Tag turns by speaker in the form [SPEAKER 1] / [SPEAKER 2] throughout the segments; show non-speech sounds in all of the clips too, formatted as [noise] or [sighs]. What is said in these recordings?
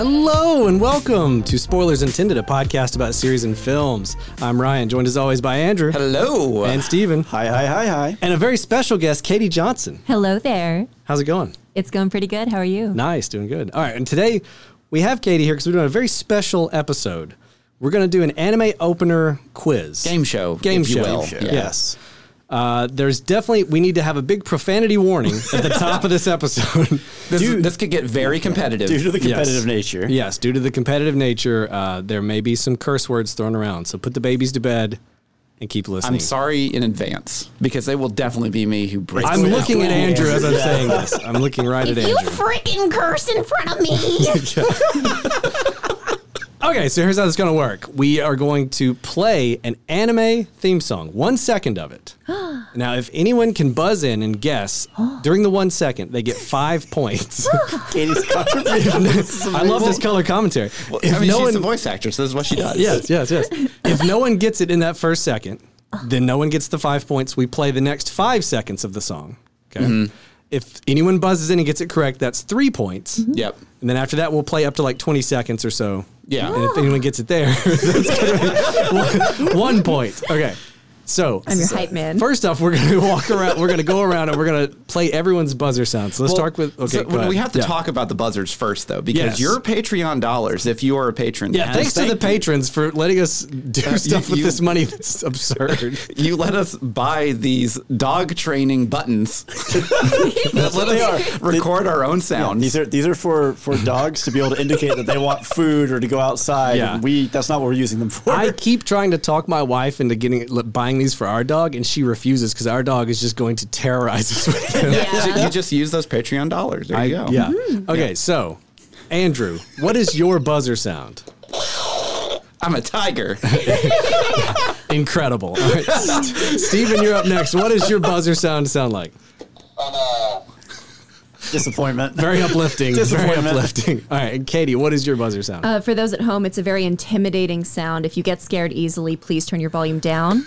[SPEAKER 1] Hello and welcome to Spoilers Intended, a podcast about series and films. I'm Ryan, joined as always by Andrew
[SPEAKER 2] Hello.
[SPEAKER 1] and Steven.
[SPEAKER 3] Hi, hi, hi, hi.
[SPEAKER 1] And a very special guest, Katie Johnson.
[SPEAKER 4] Hello there.
[SPEAKER 1] How's it going?
[SPEAKER 4] It's going pretty good. How are you?
[SPEAKER 1] Nice, doing good. All right, and today we have Katie here because we're doing a very special episode. We're going to do an anime opener quiz.
[SPEAKER 2] Game show,
[SPEAKER 1] Game
[SPEAKER 2] if
[SPEAKER 1] show.
[SPEAKER 2] you will.
[SPEAKER 1] Game show.
[SPEAKER 2] Yeah.
[SPEAKER 1] Yes. Uh, there's definitely, we need to have a big profanity warning at the top of this episode.
[SPEAKER 2] This, this could get very competitive.
[SPEAKER 3] Due to the
[SPEAKER 1] Yes.
[SPEAKER 3] competitive nature.
[SPEAKER 1] Yes, due to the competitive nature, uh, there may be some curse words thrown around. So put the babies to bed and keep listening.
[SPEAKER 2] I'm sorry in advance because they will definitely be me who breaks.
[SPEAKER 1] I'm
[SPEAKER 2] it.
[SPEAKER 1] looking at Andrew
[SPEAKER 2] [laughs]
[SPEAKER 1] as I'm saying this. I'm looking right at
[SPEAKER 5] If you
[SPEAKER 1] Andrew.
[SPEAKER 5] freaking curse in front [laughs] of me,
[SPEAKER 1] Okay, so here's how this is going to work. We are going to play an anime theme song, one second of it. now, if anyone can buzz in and guess during the one second, they get five points. [laughs]
[SPEAKER 3] Katie's contribution.
[SPEAKER 1] I love this color commentary. If
[SPEAKER 2] I mean,
[SPEAKER 1] no
[SPEAKER 2] she's
[SPEAKER 1] one-
[SPEAKER 2] a voice actor, so this is what she does.
[SPEAKER 1] Yes, yes, yes. If no one gets it in that first second, then no one gets the five points. We play the next five seconds of the song. Okay.
[SPEAKER 2] Mm-hmm.
[SPEAKER 1] If anyone buzzes in and gets it correct, that's three points.
[SPEAKER 4] Mm-hmm.
[SPEAKER 2] Yep.
[SPEAKER 1] And then after that, we'll play up to like 20 seconds or so.
[SPEAKER 2] Yeah.
[SPEAKER 1] And if anyone gets it there, [laughs] that's gonna be one, one point. Okay. So,
[SPEAKER 4] I'm your hype man.
[SPEAKER 1] first off, we're going to walk around, we're going to go around and we're going to play everyone's buzzer sound. So let's
[SPEAKER 2] Well,
[SPEAKER 1] start with. Okay.
[SPEAKER 2] so
[SPEAKER 1] go ahead.
[SPEAKER 2] we have to
[SPEAKER 1] Yeah.
[SPEAKER 2] talk about the buzzards first, though,
[SPEAKER 1] Yes.
[SPEAKER 2] because your Patreon dollars, if you are a patron,
[SPEAKER 1] Yeah, thanks to the
[SPEAKER 2] patron.
[SPEAKER 1] patrons for letting us do stuff with
[SPEAKER 2] Uh, you-
[SPEAKER 1] this money that's absurd.
[SPEAKER 2] you let us buy these dog
[SPEAKER 1] [laughs]
[SPEAKER 2] training buttons that let us record our own sound.
[SPEAKER 3] These are these are for,
[SPEAKER 1] [laughs]
[SPEAKER 3] for dogs to be able to indicate that they want food or to go outside.
[SPEAKER 1] Yeah.
[SPEAKER 3] and We that's not what we're using them for.
[SPEAKER 1] I keep trying to talk my wife into getting li- buying these for our dog, and she refuses because our dog is just going to terrorize us with them.
[SPEAKER 2] You- you just use those Patreon dollars. There you go.
[SPEAKER 1] Yeah. Okay, so Andrew, what is your buzzer sound?
[SPEAKER 2] I'm
[SPEAKER 1] [laughs]
[SPEAKER 2] a tiger.
[SPEAKER 1] Incredible. All right. S- Steven, you're up next. What does your buzzer sound sound like?
[SPEAKER 3] [laughs] Disappointment.
[SPEAKER 1] Very uplifting. Very
[SPEAKER 3] Disappointment.
[SPEAKER 1] uplifting. All right, and Katie, what is your buzzer sound?
[SPEAKER 4] Uh, for those at home, it's a very intimidating sound. If you get scared easily, please turn your volume down.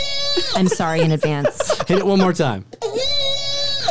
[SPEAKER 6] [laughs]
[SPEAKER 4] I'm sorry in
[SPEAKER 1] [laughs]
[SPEAKER 4] advance.
[SPEAKER 1] Hit it one more time.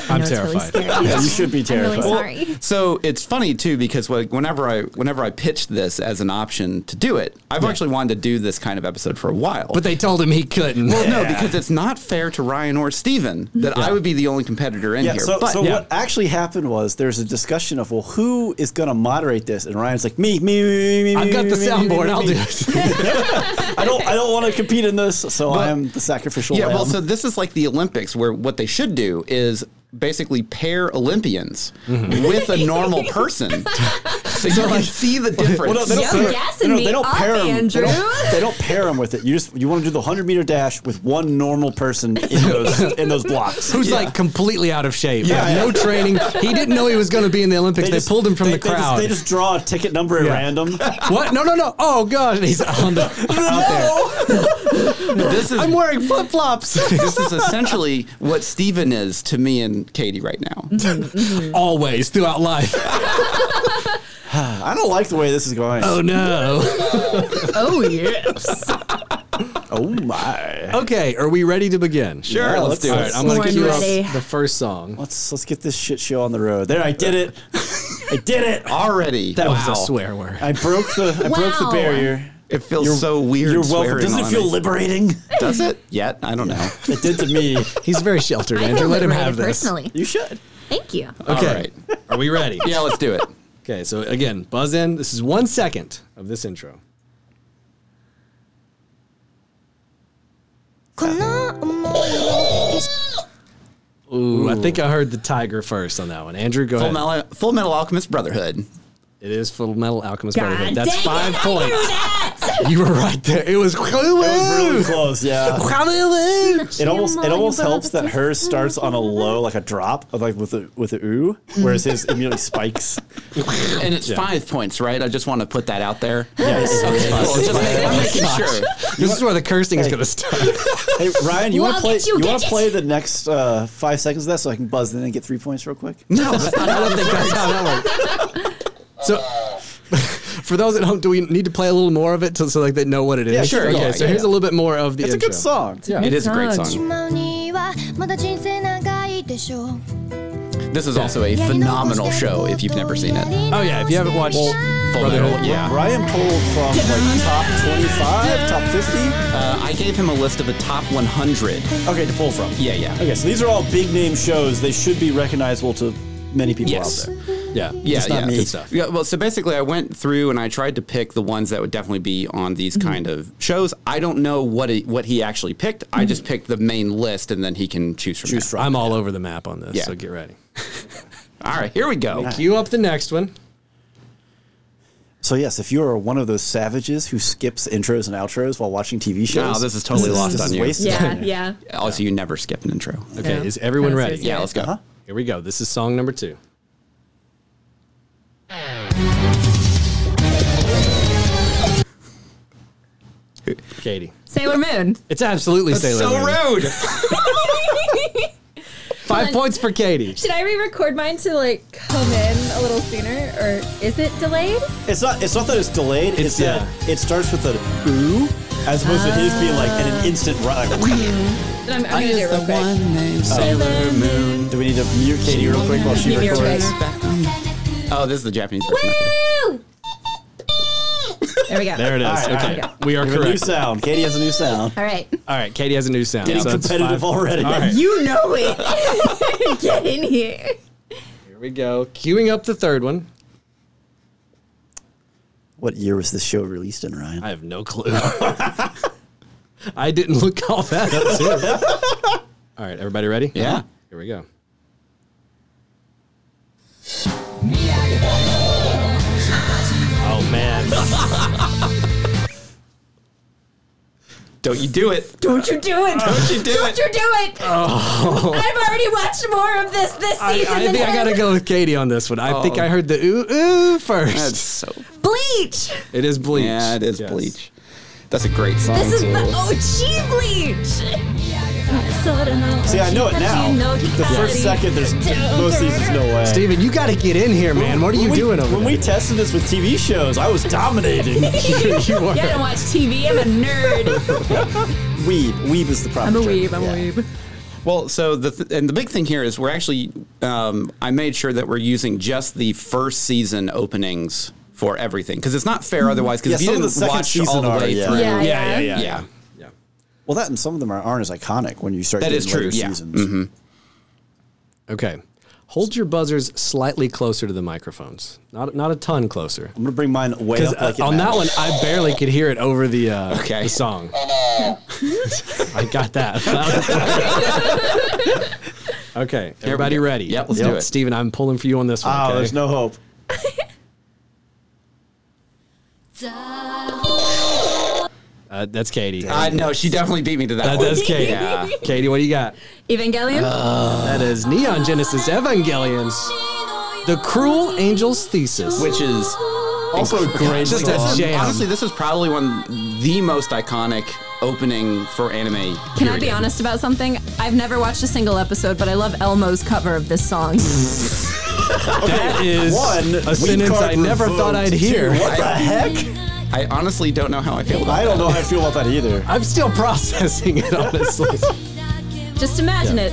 [SPEAKER 1] I'm
[SPEAKER 4] I know it's really
[SPEAKER 1] terrified.
[SPEAKER 4] scary.
[SPEAKER 3] yeah, [laughs] you should be
[SPEAKER 4] I'm
[SPEAKER 3] terrified.
[SPEAKER 4] really sorry.
[SPEAKER 2] So it's funny too because like whenever I whenever I pitched this as an option to do it, I've actually wanted to do this kind of episode for a while.
[SPEAKER 1] but they told him he couldn't.
[SPEAKER 2] well, no, because it's not fair to Ryan or Steven that I would be the only competitor in
[SPEAKER 3] yeah,
[SPEAKER 2] here.
[SPEAKER 3] so,
[SPEAKER 2] but
[SPEAKER 3] so
[SPEAKER 1] yeah.
[SPEAKER 3] what actually happened was there's a discussion of well who is gonna moderate this and Ryan's like me, me, me, me, me.
[SPEAKER 1] I've got the
[SPEAKER 3] [laughs] me, me, me,
[SPEAKER 1] soundboard.
[SPEAKER 3] me,
[SPEAKER 1] I'll
[SPEAKER 3] me."
[SPEAKER 1] do it.
[SPEAKER 3] I don't I don't want to compete in this, so
[SPEAKER 2] But-
[SPEAKER 3] I am the sacrificial
[SPEAKER 2] Yeah, well,
[SPEAKER 3] lamb.
[SPEAKER 2] so this is like the Olympics, where what they should do is basically pair Olympians with a normal person, so you can see the difference.
[SPEAKER 3] Well, no, they don't,
[SPEAKER 4] Yeah,
[SPEAKER 3] pair-
[SPEAKER 4] yes,
[SPEAKER 3] they don't-
[SPEAKER 4] and
[SPEAKER 3] they don't
[SPEAKER 4] me
[SPEAKER 3] pair
[SPEAKER 4] up,
[SPEAKER 3] 'em- They
[SPEAKER 4] Andrew.
[SPEAKER 3] don't, they don't pair them with it. You just you want to do the hundred meter dash with one normal person in those in those
[SPEAKER 1] [laughs]
[SPEAKER 3] blocks.
[SPEAKER 1] who's like completely out of shape.
[SPEAKER 3] Yeah,
[SPEAKER 1] no training. He didn't know he was going to be in the Olympics. They,
[SPEAKER 3] just-
[SPEAKER 1] pulled him from
[SPEAKER 3] they-
[SPEAKER 1] the
[SPEAKER 3] they just-
[SPEAKER 1] crowd.
[SPEAKER 3] They just, draw a ticket number at
[SPEAKER 1] Yeah.
[SPEAKER 3] random.
[SPEAKER 1] what? No, no, no. Oh gosh, [laughs] he's on the out there.
[SPEAKER 2] this is
[SPEAKER 1] I'm wearing flip flops.
[SPEAKER 2] this is essentially what Steven is to me and Katie right now.
[SPEAKER 1] Always throughout life.
[SPEAKER 3] [laughs] I don't like the way this is
[SPEAKER 1] [laughs]
[SPEAKER 3] going.
[SPEAKER 1] Oh no.
[SPEAKER 4] [laughs] Oh, yes.
[SPEAKER 3] Oh my!
[SPEAKER 1] [laughs] Okay, are we ready to begin?
[SPEAKER 2] Sure,
[SPEAKER 3] Yeah,
[SPEAKER 2] let's
[SPEAKER 3] let's-
[SPEAKER 2] do it.
[SPEAKER 1] All right, I'm going to
[SPEAKER 4] Born
[SPEAKER 1] give you
[SPEAKER 4] ready.
[SPEAKER 1] the first song.
[SPEAKER 3] Let's let's get this shit show on the road. There, I did it. [laughs] I did it.
[SPEAKER 2] Already,
[SPEAKER 1] That
[SPEAKER 2] wow.
[SPEAKER 1] was a swear word.
[SPEAKER 3] I broke the I broke the
[SPEAKER 4] Wow.
[SPEAKER 3] barrier.
[SPEAKER 2] It feels so weird.
[SPEAKER 3] You're welcome.
[SPEAKER 2] swearing
[SPEAKER 3] Doesn't it
[SPEAKER 2] on
[SPEAKER 3] feel liberating?
[SPEAKER 2] Does it? Yet, I don't know.
[SPEAKER 3] It did to me.
[SPEAKER 1] He's very sheltered,
[SPEAKER 4] I
[SPEAKER 1] Andrew.
[SPEAKER 4] feel
[SPEAKER 1] Let him
[SPEAKER 4] liberated
[SPEAKER 1] have this.
[SPEAKER 4] personally.
[SPEAKER 3] You should.
[SPEAKER 4] Thank you.
[SPEAKER 1] Okay.
[SPEAKER 2] All right.
[SPEAKER 1] Are we [laughs] ready?
[SPEAKER 2] Yeah, let's do it.
[SPEAKER 1] Okay, so again, buzz in. This is one second of this intro.
[SPEAKER 5] この思いを消し
[SPEAKER 1] Ooh, I think I heard the tiger first on that one. Andrew, go
[SPEAKER 2] Full
[SPEAKER 1] ahead.
[SPEAKER 2] Metal, Full Metal Alchemist Brotherhood.
[SPEAKER 1] It is Full Metal Alchemist
[SPEAKER 4] God
[SPEAKER 1] Brotherhood. That's
[SPEAKER 4] dang it,
[SPEAKER 1] five
[SPEAKER 4] I
[SPEAKER 1] points.
[SPEAKER 4] knew that.
[SPEAKER 1] You were right there. It was
[SPEAKER 3] Really
[SPEAKER 1] Quaalude.
[SPEAKER 3] close. Yeah.
[SPEAKER 1] [laughs]
[SPEAKER 3] [laughs]
[SPEAKER 1] Quaalude.
[SPEAKER 3] It almost it
[SPEAKER 4] Shimon,
[SPEAKER 3] almost
[SPEAKER 4] you brother
[SPEAKER 3] helps that hers starts on a low, like a drop of like with a with a ooh,
[SPEAKER 2] [laughs]
[SPEAKER 3] whereas his immediately spikes.
[SPEAKER 2] And it's five points, right? I just want to put that out there.
[SPEAKER 3] Yes.
[SPEAKER 2] Cool, just make- I'm making sure.
[SPEAKER 1] This is where the cursing is going to start.
[SPEAKER 2] [laughs]
[SPEAKER 3] Hey Ryan, you
[SPEAKER 5] We'll
[SPEAKER 3] want to play?
[SPEAKER 5] get you,
[SPEAKER 3] You want to
[SPEAKER 5] bitches.
[SPEAKER 3] play the next uh, five seconds of that so I can buzz in and get three points real quick?
[SPEAKER 2] No, that's not
[SPEAKER 1] I
[SPEAKER 2] how
[SPEAKER 1] don't
[SPEAKER 2] it
[SPEAKER 1] think that's how that works. So, [laughs] for those at home, do we need to play a little more of it to, so like they know what it is?
[SPEAKER 3] Yeah, sure.
[SPEAKER 1] Okay,
[SPEAKER 2] Yeah,
[SPEAKER 1] so
[SPEAKER 2] yeah,
[SPEAKER 1] here's
[SPEAKER 2] yeah.
[SPEAKER 1] a little bit more of the.
[SPEAKER 3] It's a
[SPEAKER 1] intro.
[SPEAKER 3] good song. Yeah.
[SPEAKER 2] It is a great
[SPEAKER 4] Good
[SPEAKER 5] てし
[SPEAKER 2] song.
[SPEAKER 5] まうにはまだ人生長いでしょう。
[SPEAKER 2] This is also a phenomenal show if you've never seen it.
[SPEAKER 1] Oh yeah, if you haven't watched
[SPEAKER 2] Full
[SPEAKER 1] Brotherhood.
[SPEAKER 2] Metal. Yeah.
[SPEAKER 3] Brian pulled from like top 25, top 50.
[SPEAKER 2] Uh, I gave him a list of the top 100.
[SPEAKER 3] Okay, to pull from.
[SPEAKER 2] Yeah, yeah.
[SPEAKER 3] Okay, so these are all big name shows. They should be recognizable to many people
[SPEAKER 2] Yes.
[SPEAKER 3] out there.
[SPEAKER 1] Yeah.
[SPEAKER 2] Yeah,
[SPEAKER 1] It's not
[SPEAKER 2] yeah.
[SPEAKER 1] me. Good stuff.
[SPEAKER 2] Yeah, well, so basically, I went through and I tried to pick the ones that would definitely be on these kind of shows. I don't know what he, what he actually picked. I just picked the main list, and then he can choose from.
[SPEAKER 3] Choose
[SPEAKER 2] that.
[SPEAKER 3] from.
[SPEAKER 1] I'm all over the map on this,
[SPEAKER 2] Yeah.
[SPEAKER 1] so get ready.
[SPEAKER 2] All right, here we go.
[SPEAKER 1] Cue up the next one.
[SPEAKER 3] So yes, if you are one of those savages who skips intros and outros while watching TV shows,
[SPEAKER 2] this is totally lost
[SPEAKER 3] this
[SPEAKER 2] on
[SPEAKER 3] is
[SPEAKER 2] you.
[SPEAKER 3] wasted
[SPEAKER 4] Yeah,
[SPEAKER 3] on you.
[SPEAKER 4] yeah.
[SPEAKER 2] Also, you never skip an intro.
[SPEAKER 1] Okay,
[SPEAKER 4] Yeah.
[SPEAKER 1] is everyone
[SPEAKER 4] Kinda
[SPEAKER 1] ready?
[SPEAKER 4] serious.
[SPEAKER 2] Yeah, let's go.
[SPEAKER 1] Here we go. This is song number two. Katie.
[SPEAKER 4] Sailor Moon.
[SPEAKER 1] It's absolutely Sailor
[SPEAKER 2] So
[SPEAKER 1] Moon.
[SPEAKER 2] rude.
[SPEAKER 1] Five
[SPEAKER 6] on.
[SPEAKER 1] points for Katie.
[SPEAKER 6] Should I re-record mine to like come in a little sooner, or is it delayed?
[SPEAKER 3] It's not. It's not that it's delayed. It's,
[SPEAKER 1] It's,
[SPEAKER 3] that it starts with an ooh, as opposed to his being like in an instant. Right, like,
[SPEAKER 6] Then I'm, I'm gonna do it real quick.
[SPEAKER 2] named Sailor Moon.
[SPEAKER 3] do we need to mute Katie real quick while she
[SPEAKER 6] Mute me real
[SPEAKER 3] records?
[SPEAKER 6] quick.
[SPEAKER 2] Oh, this is the Japanese version.
[SPEAKER 6] Woo! There we go.
[SPEAKER 1] There it is.
[SPEAKER 3] All right,
[SPEAKER 1] okay.
[SPEAKER 6] all right.
[SPEAKER 1] We are
[SPEAKER 3] We have a new
[SPEAKER 1] correct.
[SPEAKER 3] sound. Katie has a new
[SPEAKER 1] [laughs]
[SPEAKER 3] sound.
[SPEAKER 4] All right.
[SPEAKER 1] All right. Katie has a new sound.
[SPEAKER 3] Getting
[SPEAKER 1] so that's
[SPEAKER 3] competitive
[SPEAKER 1] five-
[SPEAKER 3] already.
[SPEAKER 1] All right.
[SPEAKER 4] You know
[SPEAKER 6] [laughs]
[SPEAKER 4] it. Get in here.
[SPEAKER 1] Here we go. Queuing up the third one.
[SPEAKER 3] What year was this show released in, Ryan?
[SPEAKER 1] I have no clue. [laughs] I didn't look all that up, [laughs] too. All right. Everybody ready?
[SPEAKER 2] Yeah.
[SPEAKER 1] Here we go. Oh, man.
[SPEAKER 2] Don't you do it.
[SPEAKER 6] Don't you do it! Don't
[SPEAKER 2] you do it.
[SPEAKER 6] you do it! I've already watched more of this this
[SPEAKER 1] I,
[SPEAKER 6] season.
[SPEAKER 1] I
[SPEAKER 6] than
[SPEAKER 1] think I
[SPEAKER 6] him.
[SPEAKER 1] gotta go with Katie on this one. I think I heard the ooh ooh first.
[SPEAKER 2] That's so.
[SPEAKER 6] Bleach.
[SPEAKER 1] it is bleach.
[SPEAKER 2] Yeah, it is
[SPEAKER 1] Yes.
[SPEAKER 2] Bleach. That's a great song.
[SPEAKER 6] This is
[SPEAKER 2] too.
[SPEAKER 6] the OG Bleach.
[SPEAKER 3] See, I know it now. The first second, there's most of these is no way.
[SPEAKER 1] Steven, you gotta get in here, man. What are you
[SPEAKER 3] When we-
[SPEAKER 1] doing over
[SPEAKER 3] When we tested this with TV shows, I
[SPEAKER 4] [laughs]
[SPEAKER 3] was dominating.
[SPEAKER 1] there? [laughs] you are.
[SPEAKER 6] Yeah, I don't watch TV. I'm a nerd.
[SPEAKER 3] weeb, weeb is the problem.
[SPEAKER 4] I'm a weeb. I'm a weeb.
[SPEAKER 2] Well, so the th- and the big thing here is we're actually um, I made sure that we're using just the first season openings for everything because it's not fair otherwise. Because
[SPEAKER 3] Yeah,
[SPEAKER 2] if you
[SPEAKER 3] some of the
[SPEAKER 2] didn't
[SPEAKER 3] second
[SPEAKER 2] watch
[SPEAKER 3] season
[SPEAKER 2] all the
[SPEAKER 3] are,
[SPEAKER 2] way
[SPEAKER 3] yeah.
[SPEAKER 2] through,
[SPEAKER 1] yeah,
[SPEAKER 6] Yeah,
[SPEAKER 1] yeah, yeah,
[SPEAKER 2] yeah.
[SPEAKER 1] yeah. yeah.
[SPEAKER 3] Well, that and some of them are, aren't as iconic when you start.
[SPEAKER 2] That
[SPEAKER 3] getting
[SPEAKER 2] is true,
[SPEAKER 3] later
[SPEAKER 2] yeah.
[SPEAKER 3] Seasons.
[SPEAKER 1] Mm-hmm. Okay. Hold your buzzers slightly closer to the microphones. Not not a ton closer.
[SPEAKER 3] I'm gonna bring mine way
[SPEAKER 1] Because uh,
[SPEAKER 3] up. Like it
[SPEAKER 1] on that
[SPEAKER 3] matters.
[SPEAKER 1] one, I barely could hear it over the uh,
[SPEAKER 2] Okay.
[SPEAKER 1] the song. [laughs]
[SPEAKER 3] uh,
[SPEAKER 1] I got that. [laughs] okay, everybody
[SPEAKER 2] go.
[SPEAKER 1] ready?
[SPEAKER 2] Yep, let's do it.
[SPEAKER 1] Steven, I'm pulling for you on this one.
[SPEAKER 3] Oh,
[SPEAKER 1] okay?
[SPEAKER 3] there's no hope.
[SPEAKER 1] uh, that's Katie.
[SPEAKER 2] Uh, no, she definitely beat me to that.
[SPEAKER 1] That-
[SPEAKER 2] one.
[SPEAKER 1] that's Katie.
[SPEAKER 2] Yeah.
[SPEAKER 1] Katie, what do you got?
[SPEAKER 4] Evangelion.
[SPEAKER 1] That is Neon Genesis Evangelion, The Cruel Angel's Thesis.
[SPEAKER 2] Which is
[SPEAKER 3] Also a great.
[SPEAKER 1] Just
[SPEAKER 3] song.
[SPEAKER 1] a jam.
[SPEAKER 2] honestly, this is probably one the most iconic opening for anime.
[SPEAKER 4] Can I
[SPEAKER 2] period.
[SPEAKER 4] be honest about something? I've never watched a single episode, but I love Elmo's cover of this
[SPEAKER 3] [laughs]
[SPEAKER 4] song.
[SPEAKER 1] that is
[SPEAKER 3] One
[SPEAKER 1] a sentence I never thought I'd hear.
[SPEAKER 3] what the heck?
[SPEAKER 2] I honestly don't know how I feel about
[SPEAKER 3] I don't know how I feel about that either.
[SPEAKER 1] I'm still [laughs] processing it, honestly.
[SPEAKER 4] Just imagine it.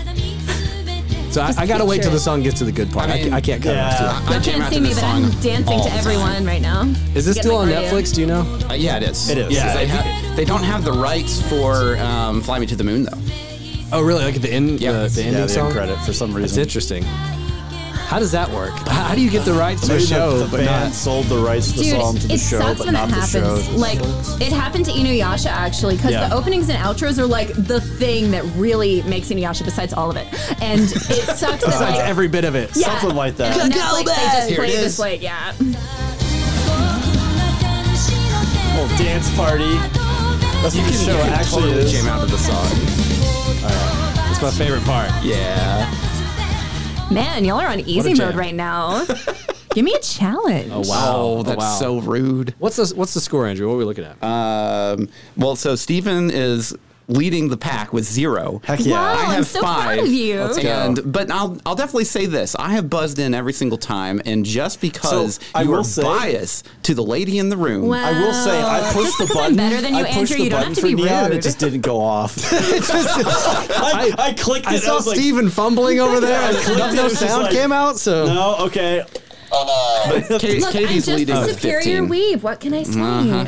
[SPEAKER 1] So I, I gotta wait till
[SPEAKER 4] picture
[SPEAKER 1] the
[SPEAKER 4] it.
[SPEAKER 1] song gets to the good part. I,
[SPEAKER 2] I mean,
[SPEAKER 1] ca- I can't cut
[SPEAKER 3] yeah.
[SPEAKER 1] yeah.
[SPEAKER 2] I
[SPEAKER 4] You
[SPEAKER 2] jam
[SPEAKER 4] can't
[SPEAKER 2] out
[SPEAKER 4] see
[SPEAKER 2] to
[SPEAKER 4] me, but
[SPEAKER 2] this song
[SPEAKER 4] I'm dancing
[SPEAKER 2] all
[SPEAKER 4] to
[SPEAKER 2] the time.
[SPEAKER 4] everyone right now.
[SPEAKER 1] Is this
[SPEAKER 4] Get
[SPEAKER 1] still on
[SPEAKER 4] my cardio.
[SPEAKER 1] Netflix? Do you know?
[SPEAKER 2] Uh, yeah, it is.
[SPEAKER 3] It is.
[SPEAKER 2] Yeah,
[SPEAKER 3] Yeah,
[SPEAKER 2] they,
[SPEAKER 3] if
[SPEAKER 2] have, they don't have the rights for um, "Fly Me to the Moon" though.
[SPEAKER 1] Oh, really? Like at the end,
[SPEAKER 2] Yeah.
[SPEAKER 1] the, the
[SPEAKER 2] Yeah,
[SPEAKER 1] ending
[SPEAKER 3] Yeah, they
[SPEAKER 1] song.
[SPEAKER 3] have credit for some
[SPEAKER 1] It's
[SPEAKER 3] reason.
[SPEAKER 1] interesting. Mm-hmm. How does that work? How how do you get the rights to a
[SPEAKER 3] Maybe the-
[SPEAKER 1] show
[SPEAKER 3] the,
[SPEAKER 1] but
[SPEAKER 3] band
[SPEAKER 1] not?
[SPEAKER 3] sold the rights to the
[SPEAKER 4] Dude,
[SPEAKER 3] song to the
[SPEAKER 4] it
[SPEAKER 3] show,
[SPEAKER 4] sucks
[SPEAKER 3] but
[SPEAKER 4] when
[SPEAKER 3] not
[SPEAKER 4] that
[SPEAKER 3] the show.
[SPEAKER 4] happens. Like, it happened to Inuyasha actually, because
[SPEAKER 3] Yeah.
[SPEAKER 4] the openings and outros are like the thing that really makes Inuyasha, besides all of it. And
[SPEAKER 2] [laughs]
[SPEAKER 4] it sucks that
[SPEAKER 1] Besides
[SPEAKER 4] like,
[SPEAKER 1] every bit of it.
[SPEAKER 4] yeah.
[SPEAKER 3] Something like that.
[SPEAKER 4] And Netflix, they just
[SPEAKER 2] Here it
[SPEAKER 4] play
[SPEAKER 2] is.
[SPEAKER 4] this like, yeah.
[SPEAKER 3] Little dance party. That's what the show actually
[SPEAKER 2] totally jam
[SPEAKER 3] is.
[SPEAKER 2] out to the song.
[SPEAKER 1] That's my favorite part.
[SPEAKER 2] Yeah.
[SPEAKER 4] Man, y'all are on easy
[SPEAKER 1] jam.
[SPEAKER 4] mode right
[SPEAKER 2] [laughs]
[SPEAKER 4] now. Give me a challenge.
[SPEAKER 1] Oh Uh, wow,
[SPEAKER 2] Oh, that's
[SPEAKER 1] wow.
[SPEAKER 2] so rude.
[SPEAKER 1] What's the what's the score, Andrew? What are we looking at?
[SPEAKER 2] Um, well, so Steven is leading the pack with zero.
[SPEAKER 3] Heck yeah.
[SPEAKER 4] Wow.
[SPEAKER 2] I
[SPEAKER 4] I'm
[SPEAKER 2] have
[SPEAKER 4] so
[SPEAKER 2] five.
[SPEAKER 4] proud of you. Let's
[SPEAKER 3] go.
[SPEAKER 2] And but I'll I'll definitely say this. I have buzzed in every single time, and just because
[SPEAKER 3] I
[SPEAKER 2] you
[SPEAKER 3] will
[SPEAKER 2] are
[SPEAKER 3] say-
[SPEAKER 2] biased to the lady in the room.
[SPEAKER 4] Wow.
[SPEAKER 3] I will say, I pushed the
[SPEAKER 4] 'cause I'm
[SPEAKER 3] button.
[SPEAKER 4] uh, [laughs] better than you,
[SPEAKER 3] I pushed
[SPEAKER 4] Andrew,
[SPEAKER 3] the
[SPEAKER 4] you don't
[SPEAKER 3] button
[SPEAKER 4] have to
[SPEAKER 3] for
[SPEAKER 4] be
[SPEAKER 3] Neon,
[SPEAKER 4] rude.
[SPEAKER 3] It just didn't
[SPEAKER 4] [laughs]
[SPEAKER 3] go off. [laughs] I, I clicked it.
[SPEAKER 1] I saw
[SPEAKER 3] was like,
[SPEAKER 1] [laughs] Steven fumbling over there.
[SPEAKER 3] I
[SPEAKER 1] and
[SPEAKER 3] clicked it,
[SPEAKER 1] no
[SPEAKER 3] it was just
[SPEAKER 1] sound
[SPEAKER 3] like-
[SPEAKER 1] came out, so
[SPEAKER 3] No, okay. [laughs]
[SPEAKER 2] But Ka-
[SPEAKER 6] Look, I'm
[SPEAKER 2] Katie's
[SPEAKER 6] just
[SPEAKER 2] leading
[SPEAKER 6] a
[SPEAKER 2] with
[SPEAKER 6] superior
[SPEAKER 2] 15.
[SPEAKER 6] weave. What can I say?
[SPEAKER 2] Uh-huh.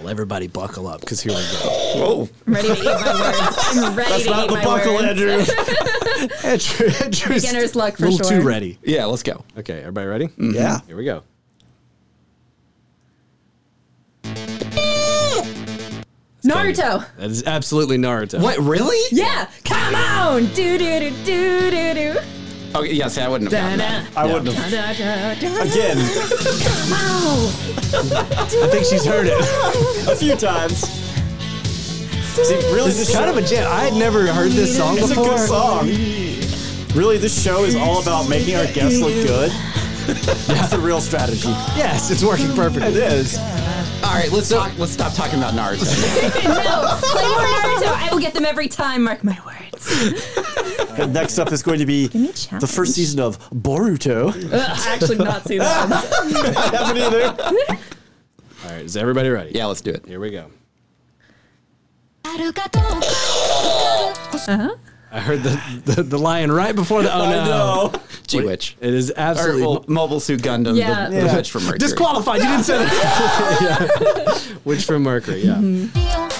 [SPEAKER 1] Well, everybody buckle up because here we go.
[SPEAKER 2] Whoa.
[SPEAKER 6] I'm ready to
[SPEAKER 2] [laughs]
[SPEAKER 6] eat my words. I'm ready
[SPEAKER 3] That's
[SPEAKER 6] to
[SPEAKER 3] not
[SPEAKER 6] eat
[SPEAKER 3] the
[SPEAKER 6] my
[SPEAKER 3] buckle,
[SPEAKER 6] words.
[SPEAKER 4] [laughs]
[SPEAKER 3] Andrew.
[SPEAKER 1] [laughs] Andrew, Andrew's
[SPEAKER 6] Beginner's luck for
[SPEAKER 1] little
[SPEAKER 6] sure.
[SPEAKER 1] too ready.
[SPEAKER 2] Yeah, let's go.
[SPEAKER 1] Okay, everybody ready?
[SPEAKER 3] yeah.
[SPEAKER 1] Here we go.
[SPEAKER 6] Naruto.
[SPEAKER 1] That is absolutely Naruto.
[SPEAKER 2] What, really?
[SPEAKER 6] Yeah, come on. Do do do do do do.
[SPEAKER 2] Okay, Oh, yeah, see, I wouldn't have gotten that.
[SPEAKER 3] I wouldn't have. Again,
[SPEAKER 1] I think she's heard [laughs] it.
[SPEAKER 3] a few
[SPEAKER 4] [laughs]
[SPEAKER 3] times. See, really,
[SPEAKER 1] This
[SPEAKER 3] this,
[SPEAKER 1] is kind of
[SPEAKER 3] show-
[SPEAKER 1] a jam. I had never heard this song
[SPEAKER 3] It's a
[SPEAKER 1] before.
[SPEAKER 3] good song. Really, this show is all about making our guests look [laughs] good. That's the real strategy.
[SPEAKER 1] Yes, it's working
[SPEAKER 3] It
[SPEAKER 1] perfectly.
[SPEAKER 3] is.
[SPEAKER 2] All right, let's talk, let's stop talking about Naruto.
[SPEAKER 4] No, play more Naruto. I will get them every time. Mark my
[SPEAKER 6] [laughs]
[SPEAKER 4] words.
[SPEAKER 3] And next up is going to be
[SPEAKER 4] me a challenge.
[SPEAKER 3] the first season of Boruto.
[SPEAKER 6] I actually not seen
[SPEAKER 4] [laughs]
[SPEAKER 6] that. one.
[SPEAKER 3] [laughs] I haven't either.
[SPEAKER 1] All right, is everybody ready?
[SPEAKER 2] yeah, let's do it.
[SPEAKER 1] Here we go.
[SPEAKER 5] Uh-huh.
[SPEAKER 1] I heard the, the, the lion right before
[SPEAKER 2] [laughs]
[SPEAKER 1] the oh
[SPEAKER 3] I
[SPEAKER 1] no.
[SPEAKER 3] know.
[SPEAKER 2] G Witch.
[SPEAKER 1] It is
[SPEAKER 2] Or,
[SPEAKER 1] absolutely
[SPEAKER 2] well, Mobile Suit Gundam,
[SPEAKER 6] Yeah.
[SPEAKER 2] the,
[SPEAKER 3] Yeah.
[SPEAKER 2] the Witch from Mercury.
[SPEAKER 1] disqualified. You didn't say
[SPEAKER 2] [laughs]
[SPEAKER 1] that. [laughs] yeah. Which from Mercury? Yeah.
[SPEAKER 2] Mm-hmm.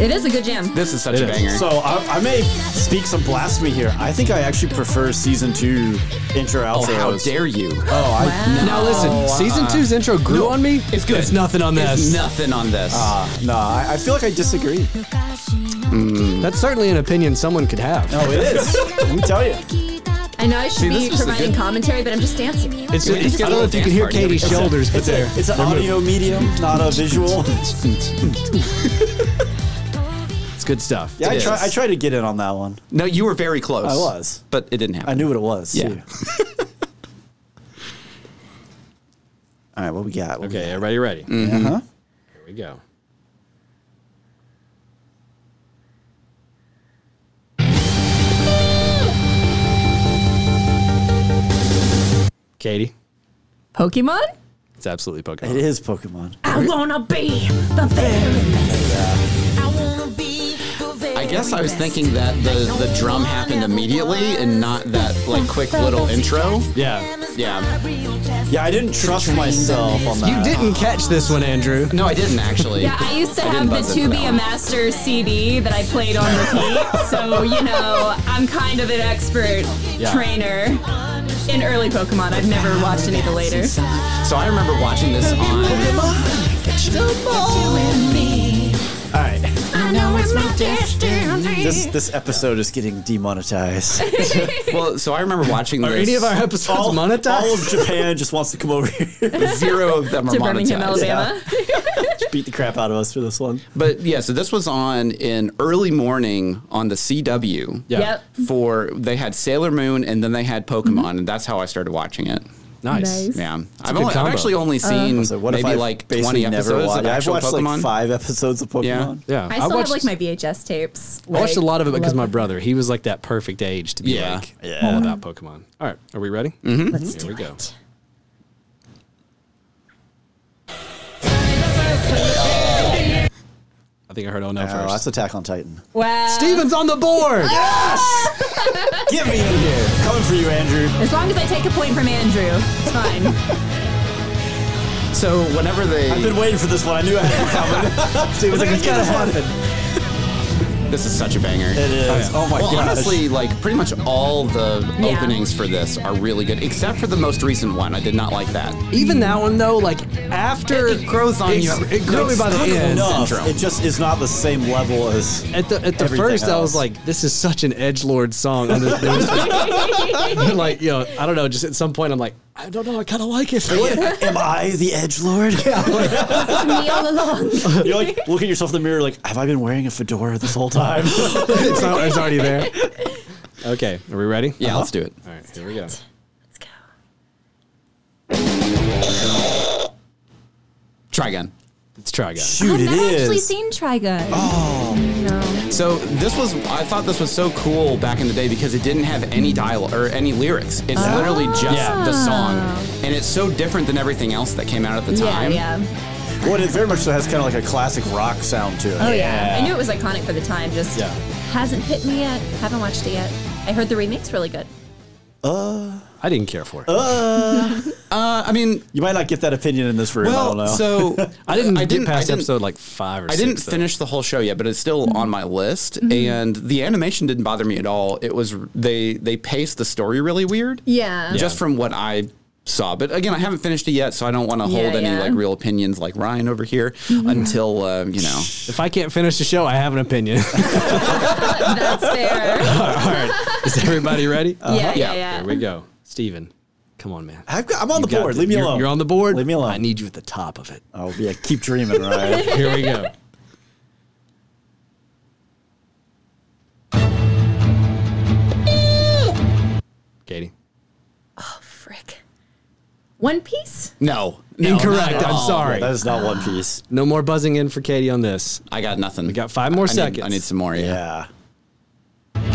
[SPEAKER 6] It is a good jam.
[SPEAKER 2] This is such
[SPEAKER 1] It
[SPEAKER 2] a
[SPEAKER 1] is.
[SPEAKER 2] banger.
[SPEAKER 3] So I, I may speak some blasphemy here. I think I actually prefer season two intro
[SPEAKER 2] oh,
[SPEAKER 3] outros.
[SPEAKER 2] how dare you?
[SPEAKER 3] Oh, I,
[SPEAKER 1] Now listen, season two's intro grew
[SPEAKER 2] uh, No,
[SPEAKER 1] on me.
[SPEAKER 2] it's good.
[SPEAKER 1] It's nothing on
[SPEAKER 2] There's
[SPEAKER 1] this.
[SPEAKER 2] nothing on this.
[SPEAKER 1] Uh,
[SPEAKER 3] Uh, Nah, I, I feel like I disagree.
[SPEAKER 1] That's certainly an opinion someone could have.
[SPEAKER 3] Oh, it is. [laughs] Let me tell you.
[SPEAKER 6] I know I should
[SPEAKER 2] See, this
[SPEAKER 6] be
[SPEAKER 2] was a
[SPEAKER 6] providing
[SPEAKER 2] good-
[SPEAKER 6] commentary, but I'm just dancing.
[SPEAKER 1] It's,
[SPEAKER 2] Yeah,
[SPEAKER 1] it's,
[SPEAKER 2] it's
[SPEAKER 1] I
[SPEAKER 2] got
[SPEAKER 1] don't
[SPEAKER 2] a
[SPEAKER 1] know if you
[SPEAKER 2] little
[SPEAKER 1] can hear
[SPEAKER 2] dance party.
[SPEAKER 1] Katie's
[SPEAKER 2] It's a-
[SPEAKER 1] shoulders, but
[SPEAKER 3] It's, a,
[SPEAKER 1] there.
[SPEAKER 3] it's an audio medium, not a [laughs] visual.
[SPEAKER 1] It's good stuff.
[SPEAKER 3] Yeah, I
[SPEAKER 2] It
[SPEAKER 3] try,
[SPEAKER 2] is.
[SPEAKER 3] I tried to get in on that one.
[SPEAKER 2] no, you were very close.
[SPEAKER 3] I was.
[SPEAKER 2] But it didn't happen.
[SPEAKER 3] I knew what it was.
[SPEAKER 2] Yeah.
[SPEAKER 3] too. [laughs] All right, what we got? What we
[SPEAKER 1] Okay, everybody ready?
[SPEAKER 3] got? Uh-huh.
[SPEAKER 1] Here we go. Katie,
[SPEAKER 4] Pokemon?
[SPEAKER 1] it's absolutely Pokemon.
[SPEAKER 3] It is Pokemon.
[SPEAKER 4] I wanna be the very
[SPEAKER 2] I guess I was thinking that the, the drum happened immediately and not that like quick little intro.
[SPEAKER 1] Yeah.
[SPEAKER 2] Yeah.
[SPEAKER 3] Yeah, I didn't trust myself on that.
[SPEAKER 1] You didn't catch this one, Andrew.
[SPEAKER 2] No, I didn't actually.
[SPEAKER 4] Yeah, I used to
[SPEAKER 2] I didn't
[SPEAKER 4] have the
[SPEAKER 2] buzz in
[SPEAKER 4] To
[SPEAKER 2] for
[SPEAKER 4] Be
[SPEAKER 2] that
[SPEAKER 4] a
[SPEAKER 2] one.
[SPEAKER 4] Master CD that I played on repeat. so, you know, I'm kind of an expert
[SPEAKER 1] Yeah.
[SPEAKER 4] trainer in early Pokemon. I've never watched any of the later.
[SPEAKER 2] So I remember watching this on
[SPEAKER 3] All right,
[SPEAKER 5] [laughs] I know it's my destiny.
[SPEAKER 3] this this episode is getting demonetized.
[SPEAKER 2] well, so I remember watching this
[SPEAKER 1] Are any of our episodes
[SPEAKER 3] all, all of
[SPEAKER 1] monetized?
[SPEAKER 3] Japan just wants to come over here,
[SPEAKER 2] [laughs] zero of them are
[SPEAKER 4] To Birmingham,
[SPEAKER 2] monetized.
[SPEAKER 4] Alabama.
[SPEAKER 3] [laughs] beat the crap out of us for this one.
[SPEAKER 2] But yeah, so this was on in early morning on the CW.
[SPEAKER 1] Yeah.
[SPEAKER 6] Yep.
[SPEAKER 2] For they had Sailor Moon and then they had Pokemon, and that's how I started watching it.
[SPEAKER 1] Nice.
[SPEAKER 6] Nice.
[SPEAKER 2] Yeah, I've,
[SPEAKER 1] good
[SPEAKER 2] only, I've
[SPEAKER 1] combo.
[SPEAKER 2] actually only
[SPEAKER 4] Uh,
[SPEAKER 2] seen
[SPEAKER 3] So what if
[SPEAKER 2] maybe
[SPEAKER 3] I've
[SPEAKER 2] like
[SPEAKER 3] basically
[SPEAKER 2] twenty
[SPEAKER 3] never
[SPEAKER 2] episodes
[SPEAKER 3] watched-
[SPEAKER 2] of
[SPEAKER 3] I've
[SPEAKER 2] actual
[SPEAKER 3] watched
[SPEAKER 2] Pokemon.
[SPEAKER 3] like five episodes of Pokemon.
[SPEAKER 2] Yeah.
[SPEAKER 1] Yeah.
[SPEAKER 6] I still
[SPEAKER 1] watched,
[SPEAKER 6] have like my VHS tapes.
[SPEAKER 1] I watched a
[SPEAKER 6] like,
[SPEAKER 1] lot of it because
[SPEAKER 6] love
[SPEAKER 1] my brother, he was like that perfect age to be
[SPEAKER 2] Yeah.
[SPEAKER 1] like all about Pokemon. All right, are we ready? Mm-hmm. Let's Here we go. I think I heard Oh No
[SPEAKER 3] Oh, that's
[SPEAKER 1] first.
[SPEAKER 3] Attack on Titan.
[SPEAKER 6] Wow.
[SPEAKER 1] Steven's on the board.
[SPEAKER 3] Get me in here. Coming for you, Andrew.
[SPEAKER 4] As long as I take a point from Andrew, it's fine.
[SPEAKER 1] [laughs]
[SPEAKER 2] So whenever they,
[SPEAKER 3] I've been waiting for this one. I knew I had it coming. [laughs] See, it was like, it's gotta happen.
[SPEAKER 2] this is such a banger.
[SPEAKER 3] It is. Oh, my
[SPEAKER 2] well,
[SPEAKER 3] gosh.
[SPEAKER 2] honestly, like pretty much all the
[SPEAKER 4] Yeah.
[SPEAKER 2] openings for this are really good, except for the most recent one. I did not like that.
[SPEAKER 1] Even that one though, like after
[SPEAKER 2] It- it grows on
[SPEAKER 1] it,
[SPEAKER 2] you.
[SPEAKER 1] It grew
[SPEAKER 2] No,
[SPEAKER 1] me by the
[SPEAKER 2] it's not
[SPEAKER 1] end.
[SPEAKER 2] enough.
[SPEAKER 3] enough.
[SPEAKER 2] syndrome.
[SPEAKER 3] It just is not the same level as. [laughs]
[SPEAKER 1] At the at the
[SPEAKER 3] Everything
[SPEAKER 1] first, I was
[SPEAKER 3] else.
[SPEAKER 1] like, "This is such an edge lord song." And then there was- like, [laughs] you know, I don't know. Just at some point, I'm like, I don't know. I kind of like it.
[SPEAKER 3] [laughs] Am I the edge lord? [laughs]
[SPEAKER 6] me all along.
[SPEAKER 3] You're like look at yourself in the mirror, like, have I been wearing a fedora this whole [laughs]
[SPEAKER 1] [laughs]
[SPEAKER 3] time?
[SPEAKER 1] it's, not, it's already there. Okay, are we ready?
[SPEAKER 2] Yeah, let's do it.
[SPEAKER 1] All right, here we go.
[SPEAKER 6] Let's go.
[SPEAKER 2] Try again.
[SPEAKER 1] Let's try again.
[SPEAKER 3] Shoot,
[SPEAKER 4] I've
[SPEAKER 3] it
[SPEAKER 4] not actually
[SPEAKER 3] is.
[SPEAKER 4] seen Trigun. Oh. No.
[SPEAKER 2] So this was I thought this was so cool back in the day because it didn't have any dialogue or any lyrics. It's
[SPEAKER 4] Oh.
[SPEAKER 2] literally just
[SPEAKER 1] Yeah.
[SPEAKER 2] the song. And it's so different than everything else that came out at the
[SPEAKER 4] Yeah,
[SPEAKER 2] time.
[SPEAKER 4] yeah.
[SPEAKER 3] What it very much so has kind of like a classic rock sound to it.
[SPEAKER 4] Oh, yeah. I knew it was iconic for the time, just
[SPEAKER 1] Yeah.
[SPEAKER 4] hasn't hit me yet. Haven't watched it yet. I heard the remake's really good.
[SPEAKER 1] I didn't care for it.
[SPEAKER 2] Uh, I mean,
[SPEAKER 3] You might not get that opinion in this room. I don't
[SPEAKER 2] well,
[SPEAKER 3] know.
[SPEAKER 2] so
[SPEAKER 1] I didn't
[SPEAKER 2] I
[SPEAKER 1] get
[SPEAKER 2] didn't- I
[SPEAKER 1] past
[SPEAKER 2] didn't-
[SPEAKER 1] episode like five or
[SPEAKER 2] I
[SPEAKER 1] six.
[SPEAKER 2] didn't
[SPEAKER 1] though.
[SPEAKER 2] finish the whole show yet, but it's still on my list. And the animation didn't bother me at all. It was they they paced the story really weird.
[SPEAKER 6] Yeah.
[SPEAKER 2] just from what I saw. But again, I haven't finished it yet, so I don't want to
[SPEAKER 6] Yeah,
[SPEAKER 2] hold any
[SPEAKER 6] yeah.
[SPEAKER 2] like real opinions like Ryan over here until um, you know.
[SPEAKER 1] If I can't finish the show, I have an opinion.
[SPEAKER 3] [laughs]
[SPEAKER 6] That's fair.
[SPEAKER 1] All right. Is everybody ready?
[SPEAKER 3] Uh,
[SPEAKER 6] yeah, yeah,
[SPEAKER 2] Yeah.
[SPEAKER 1] Here
[SPEAKER 6] yeah.
[SPEAKER 1] we go. Steven, come on, man.
[SPEAKER 3] I've got, I'm on
[SPEAKER 1] You
[SPEAKER 3] the
[SPEAKER 1] got
[SPEAKER 3] board.
[SPEAKER 1] this.
[SPEAKER 3] Leave me
[SPEAKER 1] You're-
[SPEAKER 3] alone.
[SPEAKER 1] You're on the board.
[SPEAKER 3] Leave me alone.
[SPEAKER 1] I need you at the top of
[SPEAKER 3] [laughs]
[SPEAKER 1] it.
[SPEAKER 3] Oh yeah, keep dreaming, [laughs] Oh, Ryan.
[SPEAKER 1] Here we go. Katie.
[SPEAKER 6] Frick.
[SPEAKER 4] One Piece?
[SPEAKER 2] No, no, not
[SPEAKER 1] Incorrect.
[SPEAKER 2] at
[SPEAKER 1] I'm
[SPEAKER 2] all.
[SPEAKER 1] sorry.
[SPEAKER 3] that is not One Piece.
[SPEAKER 1] no more buzzing in for Katie on this.
[SPEAKER 2] I got nothing. We
[SPEAKER 1] got five more seconds.
[SPEAKER 2] I need some more. Yeah.
[SPEAKER 3] Yeah.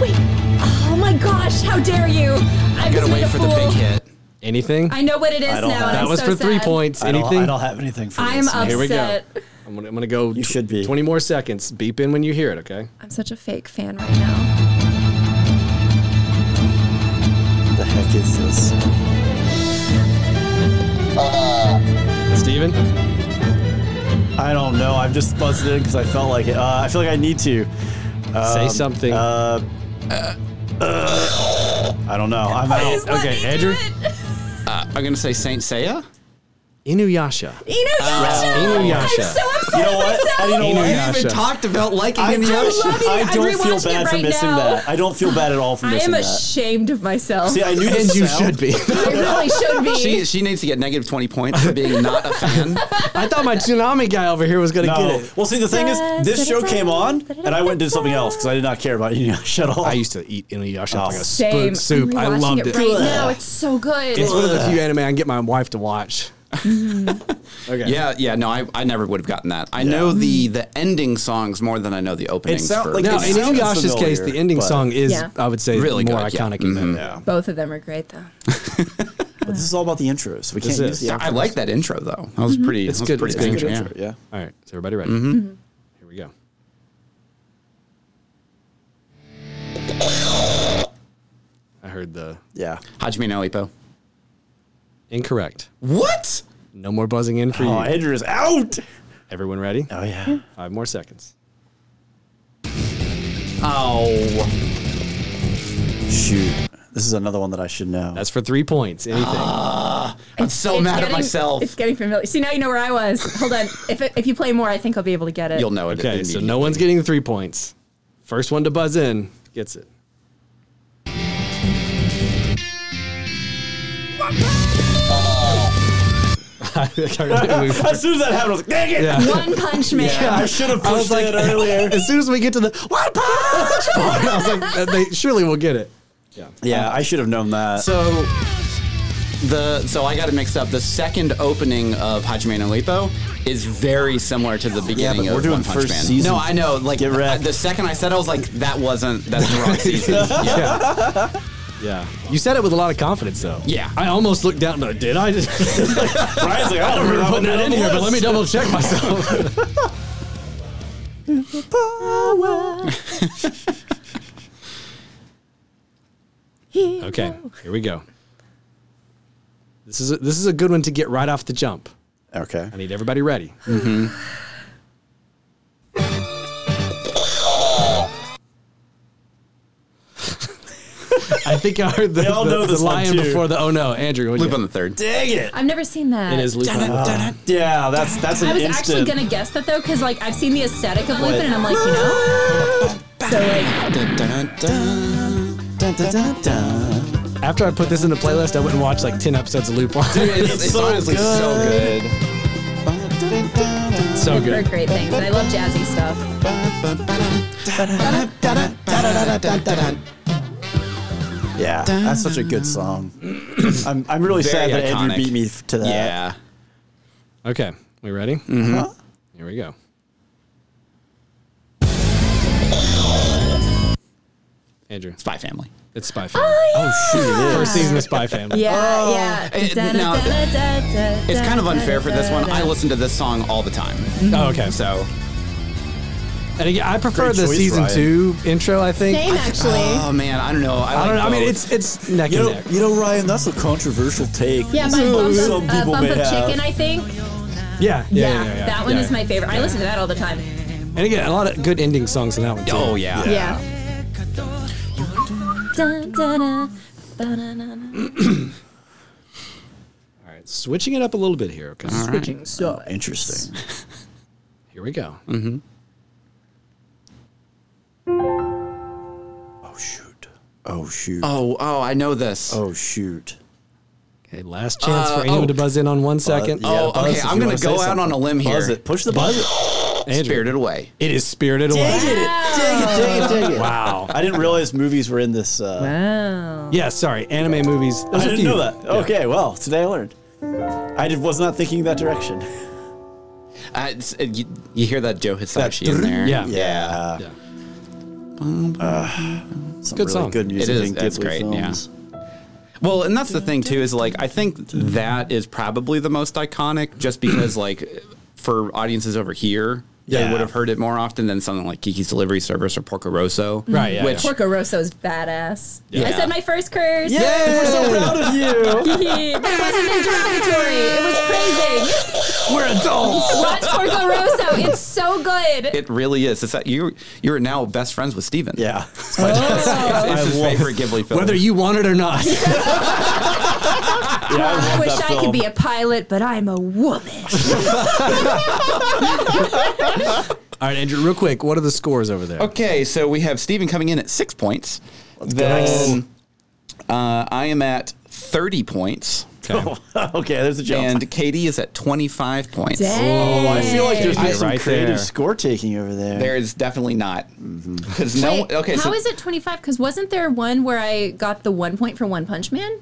[SPEAKER 6] Wait. Oh my gosh! How dare you? I
[SPEAKER 2] I gotta
[SPEAKER 6] just made
[SPEAKER 2] wait
[SPEAKER 6] a
[SPEAKER 2] for
[SPEAKER 6] fool.
[SPEAKER 2] the big hit.
[SPEAKER 1] Anything?
[SPEAKER 6] I know what it is
[SPEAKER 3] I don't
[SPEAKER 6] now.
[SPEAKER 3] have-
[SPEAKER 6] and
[SPEAKER 1] that
[SPEAKER 6] I'm
[SPEAKER 1] was
[SPEAKER 6] so
[SPEAKER 1] for three
[SPEAKER 6] sad.
[SPEAKER 1] points.
[SPEAKER 3] I don't,
[SPEAKER 1] Anything?
[SPEAKER 3] I don't have anything for
[SPEAKER 6] I'm
[SPEAKER 3] this. man.
[SPEAKER 6] upset.
[SPEAKER 1] Here we go. I'm gonna, I'm gonna go.
[SPEAKER 3] You
[SPEAKER 1] tw-
[SPEAKER 3] should be.
[SPEAKER 1] 20 more seconds. Beep in when you hear it. Okay.
[SPEAKER 6] I'm such a fake fan right now.
[SPEAKER 3] What the heck is this?
[SPEAKER 1] Steven?
[SPEAKER 3] I don't know. I'm just buzzed in because I felt like it. Uh, I feel like I need to.
[SPEAKER 1] say something.
[SPEAKER 3] Uh, uh, I don't know. I'm out.
[SPEAKER 6] Just let
[SPEAKER 1] okay,
[SPEAKER 6] me do
[SPEAKER 1] Andrew?
[SPEAKER 6] it.
[SPEAKER 2] I'm gonna say Saint Seiya.
[SPEAKER 1] Inuyasha.
[SPEAKER 6] Inuyasha.
[SPEAKER 1] Inuyasha.
[SPEAKER 6] I'm so upset
[SPEAKER 3] You know
[SPEAKER 6] with
[SPEAKER 3] what? [laughs]
[SPEAKER 6] myself.
[SPEAKER 3] And you know what?
[SPEAKER 1] Inuyasha.
[SPEAKER 2] We even talked about liking
[SPEAKER 3] I,
[SPEAKER 2] Inuyasha.
[SPEAKER 3] don't- I
[SPEAKER 6] I'm
[SPEAKER 3] don't feel
[SPEAKER 6] rewatching
[SPEAKER 3] bad
[SPEAKER 6] it
[SPEAKER 3] for
[SPEAKER 6] right
[SPEAKER 3] missing
[SPEAKER 6] now.
[SPEAKER 3] that. I don't feel bad at all for
[SPEAKER 6] I
[SPEAKER 3] missing
[SPEAKER 6] am
[SPEAKER 3] that.
[SPEAKER 6] ashamed of myself.
[SPEAKER 3] See, I knew
[SPEAKER 1] And
[SPEAKER 3] this
[SPEAKER 1] you
[SPEAKER 3] sound.
[SPEAKER 1] should be.
[SPEAKER 6] I really should be.
[SPEAKER 2] She she needs to get negative twenty points for being not a [laughs] fan.
[SPEAKER 1] [laughs] I thought my tsunami guy over here was gonna
[SPEAKER 3] No.
[SPEAKER 1] get it.
[SPEAKER 3] Well, see, the thing is, this show came on, and I went and did something else because I did not care about [laughs] Inuyasha at all.
[SPEAKER 1] I used to eat Inuyasha
[SPEAKER 3] Oh,
[SPEAKER 1] like a spoon
[SPEAKER 6] Same.
[SPEAKER 1] soup.
[SPEAKER 6] I'm
[SPEAKER 1] I
[SPEAKER 6] rewatching
[SPEAKER 1] loved it.
[SPEAKER 6] it right now. It's so good.
[SPEAKER 1] It's one of the few anime I can get my wife to watch. okay.
[SPEAKER 2] Yeah, yeah. No, I, I never would have gotten that. I know the the ending songs more than I know the openings.
[SPEAKER 3] sound
[SPEAKER 2] for
[SPEAKER 3] like
[SPEAKER 1] Now, in
[SPEAKER 2] Inuyasha.
[SPEAKER 3] It sounds
[SPEAKER 1] Inuyasha's
[SPEAKER 3] familiar,
[SPEAKER 1] case, the ending
[SPEAKER 3] but-
[SPEAKER 1] song is,
[SPEAKER 6] Yeah.
[SPEAKER 1] I would say,
[SPEAKER 2] Really
[SPEAKER 1] more
[SPEAKER 2] good, yeah.
[SPEAKER 1] iconic than that.
[SPEAKER 3] yeah. Mm-hmm.
[SPEAKER 6] Both of them are great though.
[SPEAKER 3] But this is all about the intros. We can't
[SPEAKER 1] is.
[SPEAKER 3] use the
[SPEAKER 2] I like that intro though. That was pretty.
[SPEAKER 1] It's
[SPEAKER 2] that was
[SPEAKER 1] good.
[SPEAKER 2] Pretty
[SPEAKER 1] It's a good
[SPEAKER 2] good
[SPEAKER 3] intro.
[SPEAKER 2] Yeah.
[SPEAKER 3] Yeah. Mm-hmm.
[SPEAKER 1] All right. Is everybody ready?
[SPEAKER 6] Mm-hmm.
[SPEAKER 1] Here we go. I heard the
[SPEAKER 3] Yeah.
[SPEAKER 2] Hajime no Ippo.
[SPEAKER 1] incorrect.
[SPEAKER 2] What?
[SPEAKER 1] No more buzzing in for
[SPEAKER 3] Oh,
[SPEAKER 1] you.
[SPEAKER 3] Andrew's out.
[SPEAKER 1] Everyone ready?
[SPEAKER 3] Oh yeah.
[SPEAKER 1] Five more seconds.
[SPEAKER 2] Oh,
[SPEAKER 3] Shoot. This is another one that I should know.
[SPEAKER 1] That's for three points. Anything.
[SPEAKER 2] I'm so
[SPEAKER 6] It's
[SPEAKER 2] mad at
[SPEAKER 6] getting-
[SPEAKER 2] myself.
[SPEAKER 6] It's getting familiar. See, now you know where I was. Hold on. If, it, if you play more, I think I'll be able to get it.
[SPEAKER 2] You'll know it.
[SPEAKER 1] okay. So
[SPEAKER 2] immediately.
[SPEAKER 1] no one's getting the three points. First one to buzz in gets it. I heard it move
[SPEAKER 3] as soon as that happened, [laughs] I was like, dang it.
[SPEAKER 1] Yeah.
[SPEAKER 6] One Punch Man.
[SPEAKER 3] I should have
[SPEAKER 1] I was
[SPEAKER 3] pushed
[SPEAKER 1] like-
[SPEAKER 3] it earlier.
[SPEAKER 1] [laughs] As soon as we get to the what punch part, I was like, "Uh, they surely will get it.
[SPEAKER 3] yeah, I should have known that.
[SPEAKER 2] So the so I got it mixed up. The second opening of Hajime no Ippo is very similar to the beginning
[SPEAKER 3] but we're
[SPEAKER 2] of
[SPEAKER 3] doing
[SPEAKER 2] One Punch
[SPEAKER 3] first
[SPEAKER 2] Man.
[SPEAKER 3] season.
[SPEAKER 2] No, I know. Like
[SPEAKER 3] Get wrecked.
[SPEAKER 2] the second I said, it, I was like, that wasn't that's the wrong season.
[SPEAKER 1] Yeah. Yeah. You said it with a lot of confidence, though.
[SPEAKER 2] Yeah.
[SPEAKER 1] I almost looked down. No, did I? Just
[SPEAKER 3] Brian's like, [laughs] I don't remember
[SPEAKER 1] putting that in here, but let me double
[SPEAKER 3] [laughs]
[SPEAKER 1] check myself. okay. Here we go. This is a, this is a good one to get right off the jump.
[SPEAKER 3] Okay.
[SPEAKER 1] I need everybody ready. [laughs] I think I heard the,
[SPEAKER 3] We all
[SPEAKER 1] the-
[SPEAKER 3] know
[SPEAKER 1] the
[SPEAKER 3] this one,
[SPEAKER 1] lion
[SPEAKER 3] too.
[SPEAKER 1] before the oh no, Andrew. what'd
[SPEAKER 2] Loop
[SPEAKER 1] you-
[SPEAKER 2] on the third.
[SPEAKER 3] Dang it.
[SPEAKER 6] I've never seen that.
[SPEAKER 1] it is Loop on the
[SPEAKER 3] Yeah, that's that's an
[SPEAKER 6] I was actually
[SPEAKER 3] instant.
[SPEAKER 6] gonna guess that though, because like I've seen the aesthetic of Lupin,
[SPEAKER 3] Wait.
[SPEAKER 6] and I'm like, you know, so like
[SPEAKER 2] Dun, dun, dun.
[SPEAKER 3] Dun, dun, dun, dun.
[SPEAKER 1] After I put this in the playlist, I went and watched like ten episodes of Loop on.
[SPEAKER 2] It's, [laughs] it's
[SPEAKER 3] so
[SPEAKER 2] honestly so good.
[SPEAKER 3] [laughs]
[SPEAKER 4] [laughs]
[SPEAKER 1] so
[SPEAKER 6] they're
[SPEAKER 1] good.
[SPEAKER 6] great things, and I love jazzy stuff.
[SPEAKER 3] Yeah, that's such a good song. I'm, I'm really
[SPEAKER 2] Very
[SPEAKER 3] sad that
[SPEAKER 2] iconic.
[SPEAKER 3] Andrew beat me f- to that.
[SPEAKER 2] Yeah.
[SPEAKER 1] Okay, we ready?
[SPEAKER 3] Huh?
[SPEAKER 1] Here we go. Andrew,
[SPEAKER 2] Spy Family.
[SPEAKER 1] it's Spy Family. Oh shoot! First season of Spy Family.
[SPEAKER 6] Yeah, yeah.
[SPEAKER 2] It- now- It's
[SPEAKER 1] Mm-hmm.
[SPEAKER 2] kind of unfair for this one. I listen to this song all the time.
[SPEAKER 1] Oh, okay. So
[SPEAKER 2] So
[SPEAKER 1] Oh, And again, I prefer
[SPEAKER 3] Great
[SPEAKER 1] the
[SPEAKER 3] choice,
[SPEAKER 1] season
[SPEAKER 3] Ryan.
[SPEAKER 1] two intro. I think.
[SPEAKER 4] Same, actually.
[SPEAKER 2] Oh man, I don't know.
[SPEAKER 1] I
[SPEAKER 2] I, like
[SPEAKER 1] don't know. I mean, it's
[SPEAKER 2] both.
[SPEAKER 1] it's neck
[SPEAKER 3] You
[SPEAKER 1] and
[SPEAKER 3] know,
[SPEAKER 1] neck.
[SPEAKER 3] you know, Ryan, that's a controversial take.
[SPEAKER 4] yeah, my
[SPEAKER 3] Some-
[SPEAKER 4] bump
[SPEAKER 3] some
[SPEAKER 4] of, uh,
[SPEAKER 3] people
[SPEAKER 4] bump
[SPEAKER 3] may
[SPEAKER 4] of
[SPEAKER 3] have.
[SPEAKER 4] chicken, I think.
[SPEAKER 1] Yeah, yeah, yeah, yeah, yeah.
[SPEAKER 4] that one
[SPEAKER 1] Yeah.
[SPEAKER 4] is my favorite. I listen to that all the time.
[SPEAKER 1] And again, a lot of good ending songs in that one too.
[SPEAKER 2] oh yeah.
[SPEAKER 4] Yeah.
[SPEAKER 1] All right, switching it up a little bit here. Okay,
[SPEAKER 4] Switching stuff.
[SPEAKER 3] Interesting.
[SPEAKER 1] here we go.
[SPEAKER 3] Oh shoot. Oh shoot.
[SPEAKER 2] Oh oh, I know this.
[SPEAKER 3] Oh shoot.
[SPEAKER 1] Okay, last chance
[SPEAKER 2] Uh,
[SPEAKER 1] for anyone
[SPEAKER 2] oh.
[SPEAKER 1] to buzz in on one second.
[SPEAKER 3] You gotta
[SPEAKER 2] Oh, okay,
[SPEAKER 3] Uh, buzz if
[SPEAKER 2] I'm
[SPEAKER 3] you
[SPEAKER 2] gonna
[SPEAKER 3] wanna say
[SPEAKER 2] go out
[SPEAKER 3] something.
[SPEAKER 2] on a limb here.
[SPEAKER 3] Buzz it. Push the buzzer.
[SPEAKER 1] Andrew,
[SPEAKER 2] Spirited Away.
[SPEAKER 1] It is Spirited Away.
[SPEAKER 3] Dang it, dang it.
[SPEAKER 1] Wow.
[SPEAKER 3] I didn't realize movies were in this. Uh,
[SPEAKER 4] Wow.
[SPEAKER 1] Yeah, sorry. Anime movies. There's
[SPEAKER 3] I
[SPEAKER 1] a
[SPEAKER 3] didn't
[SPEAKER 1] few.
[SPEAKER 3] know that. Okay, well, today I learned. I did, was not thinking that direction.
[SPEAKER 2] Uh, it's- uh, you, you hear that Joe Hisashi
[SPEAKER 3] That-
[SPEAKER 2] in
[SPEAKER 1] [laughs]
[SPEAKER 2] there?
[SPEAKER 1] Yeah.
[SPEAKER 3] Yeah.
[SPEAKER 1] Yeah.
[SPEAKER 3] Some
[SPEAKER 1] Good
[SPEAKER 3] really
[SPEAKER 1] song.
[SPEAKER 3] Good music.
[SPEAKER 2] It is.
[SPEAKER 3] in
[SPEAKER 2] That's
[SPEAKER 3] Ghibli
[SPEAKER 2] great, yeah.
[SPEAKER 3] films.
[SPEAKER 2] Well, and that's the thing too is like I think that is probably the most iconic,
[SPEAKER 1] [clears throat]
[SPEAKER 2] just because like for audiences over here. They
[SPEAKER 1] Yeah.
[SPEAKER 2] would have heard it more often than something like Kiki's Delivery Service or Porco Rosso.
[SPEAKER 1] Right, yeah,
[SPEAKER 2] Which,
[SPEAKER 1] yeah.
[SPEAKER 6] Porco Rosso is badass.
[SPEAKER 2] Yeah.
[SPEAKER 6] I said my first curse.
[SPEAKER 3] Yay! We're so [laughs] proud of you.
[SPEAKER 6] [laughs] it wasn't interrogatory. It was praising.
[SPEAKER 1] We're
[SPEAKER 3] [laughs]
[SPEAKER 1] adults.
[SPEAKER 6] Watch Porco Rosso. It's so good.
[SPEAKER 2] it really is. It's that you you're now best friends with Steven.
[SPEAKER 3] [laughs] Yeah.
[SPEAKER 4] Oh.
[SPEAKER 6] [laughs]
[SPEAKER 2] It's, it's
[SPEAKER 3] I
[SPEAKER 2] his
[SPEAKER 3] love-
[SPEAKER 2] favorite Ghibli film.
[SPEAKER 1] Whether you want it or not. [laughs]
[SPEAKER 3] Yeah, I, love
[SPEAKER 4] I wish
[SPEAKER 3] that
[SPEAKER 4] I could
[SPEAKER 3] film.
[SPEAKER 4] be
[SPEAKER 3] [laughs]
[SPEAKER 4] a pilot, but I'm a woman.
[SPEAKER 1] All right, Andrew, real quick, what are the scores over there?
[SPEAKER 2] Okay, so we have Steven coming in at six points. then uh, I am at 30 points.
[SPEAKER 3] okay, there's a jump.
[SPEAKER 2] And Katie is at 25 points.
[SPEAKER 3] [laughs] oh, I feel like there's
[SPEAKER 1] Hey.
[SPEAKER 3] been some
[SPEAKER 1] Right
[SPEAKER 3] creative
[SPEAKER 1] there.
[SPEAKER 3] score taking over there.
[SPEAKER 2] There is definitely not.
[SPEAKER 3] Mm-hmm.
[SPEAKER 2] Because no.
[SPEAKER 4] Wait,
[SPEAKER 2] okay,
[SPEAKER 4] how
[SPEAKER 2] so.
[SPEAKER 4] is it 25? Because wasn't there one where I got the one point for One Punch Man?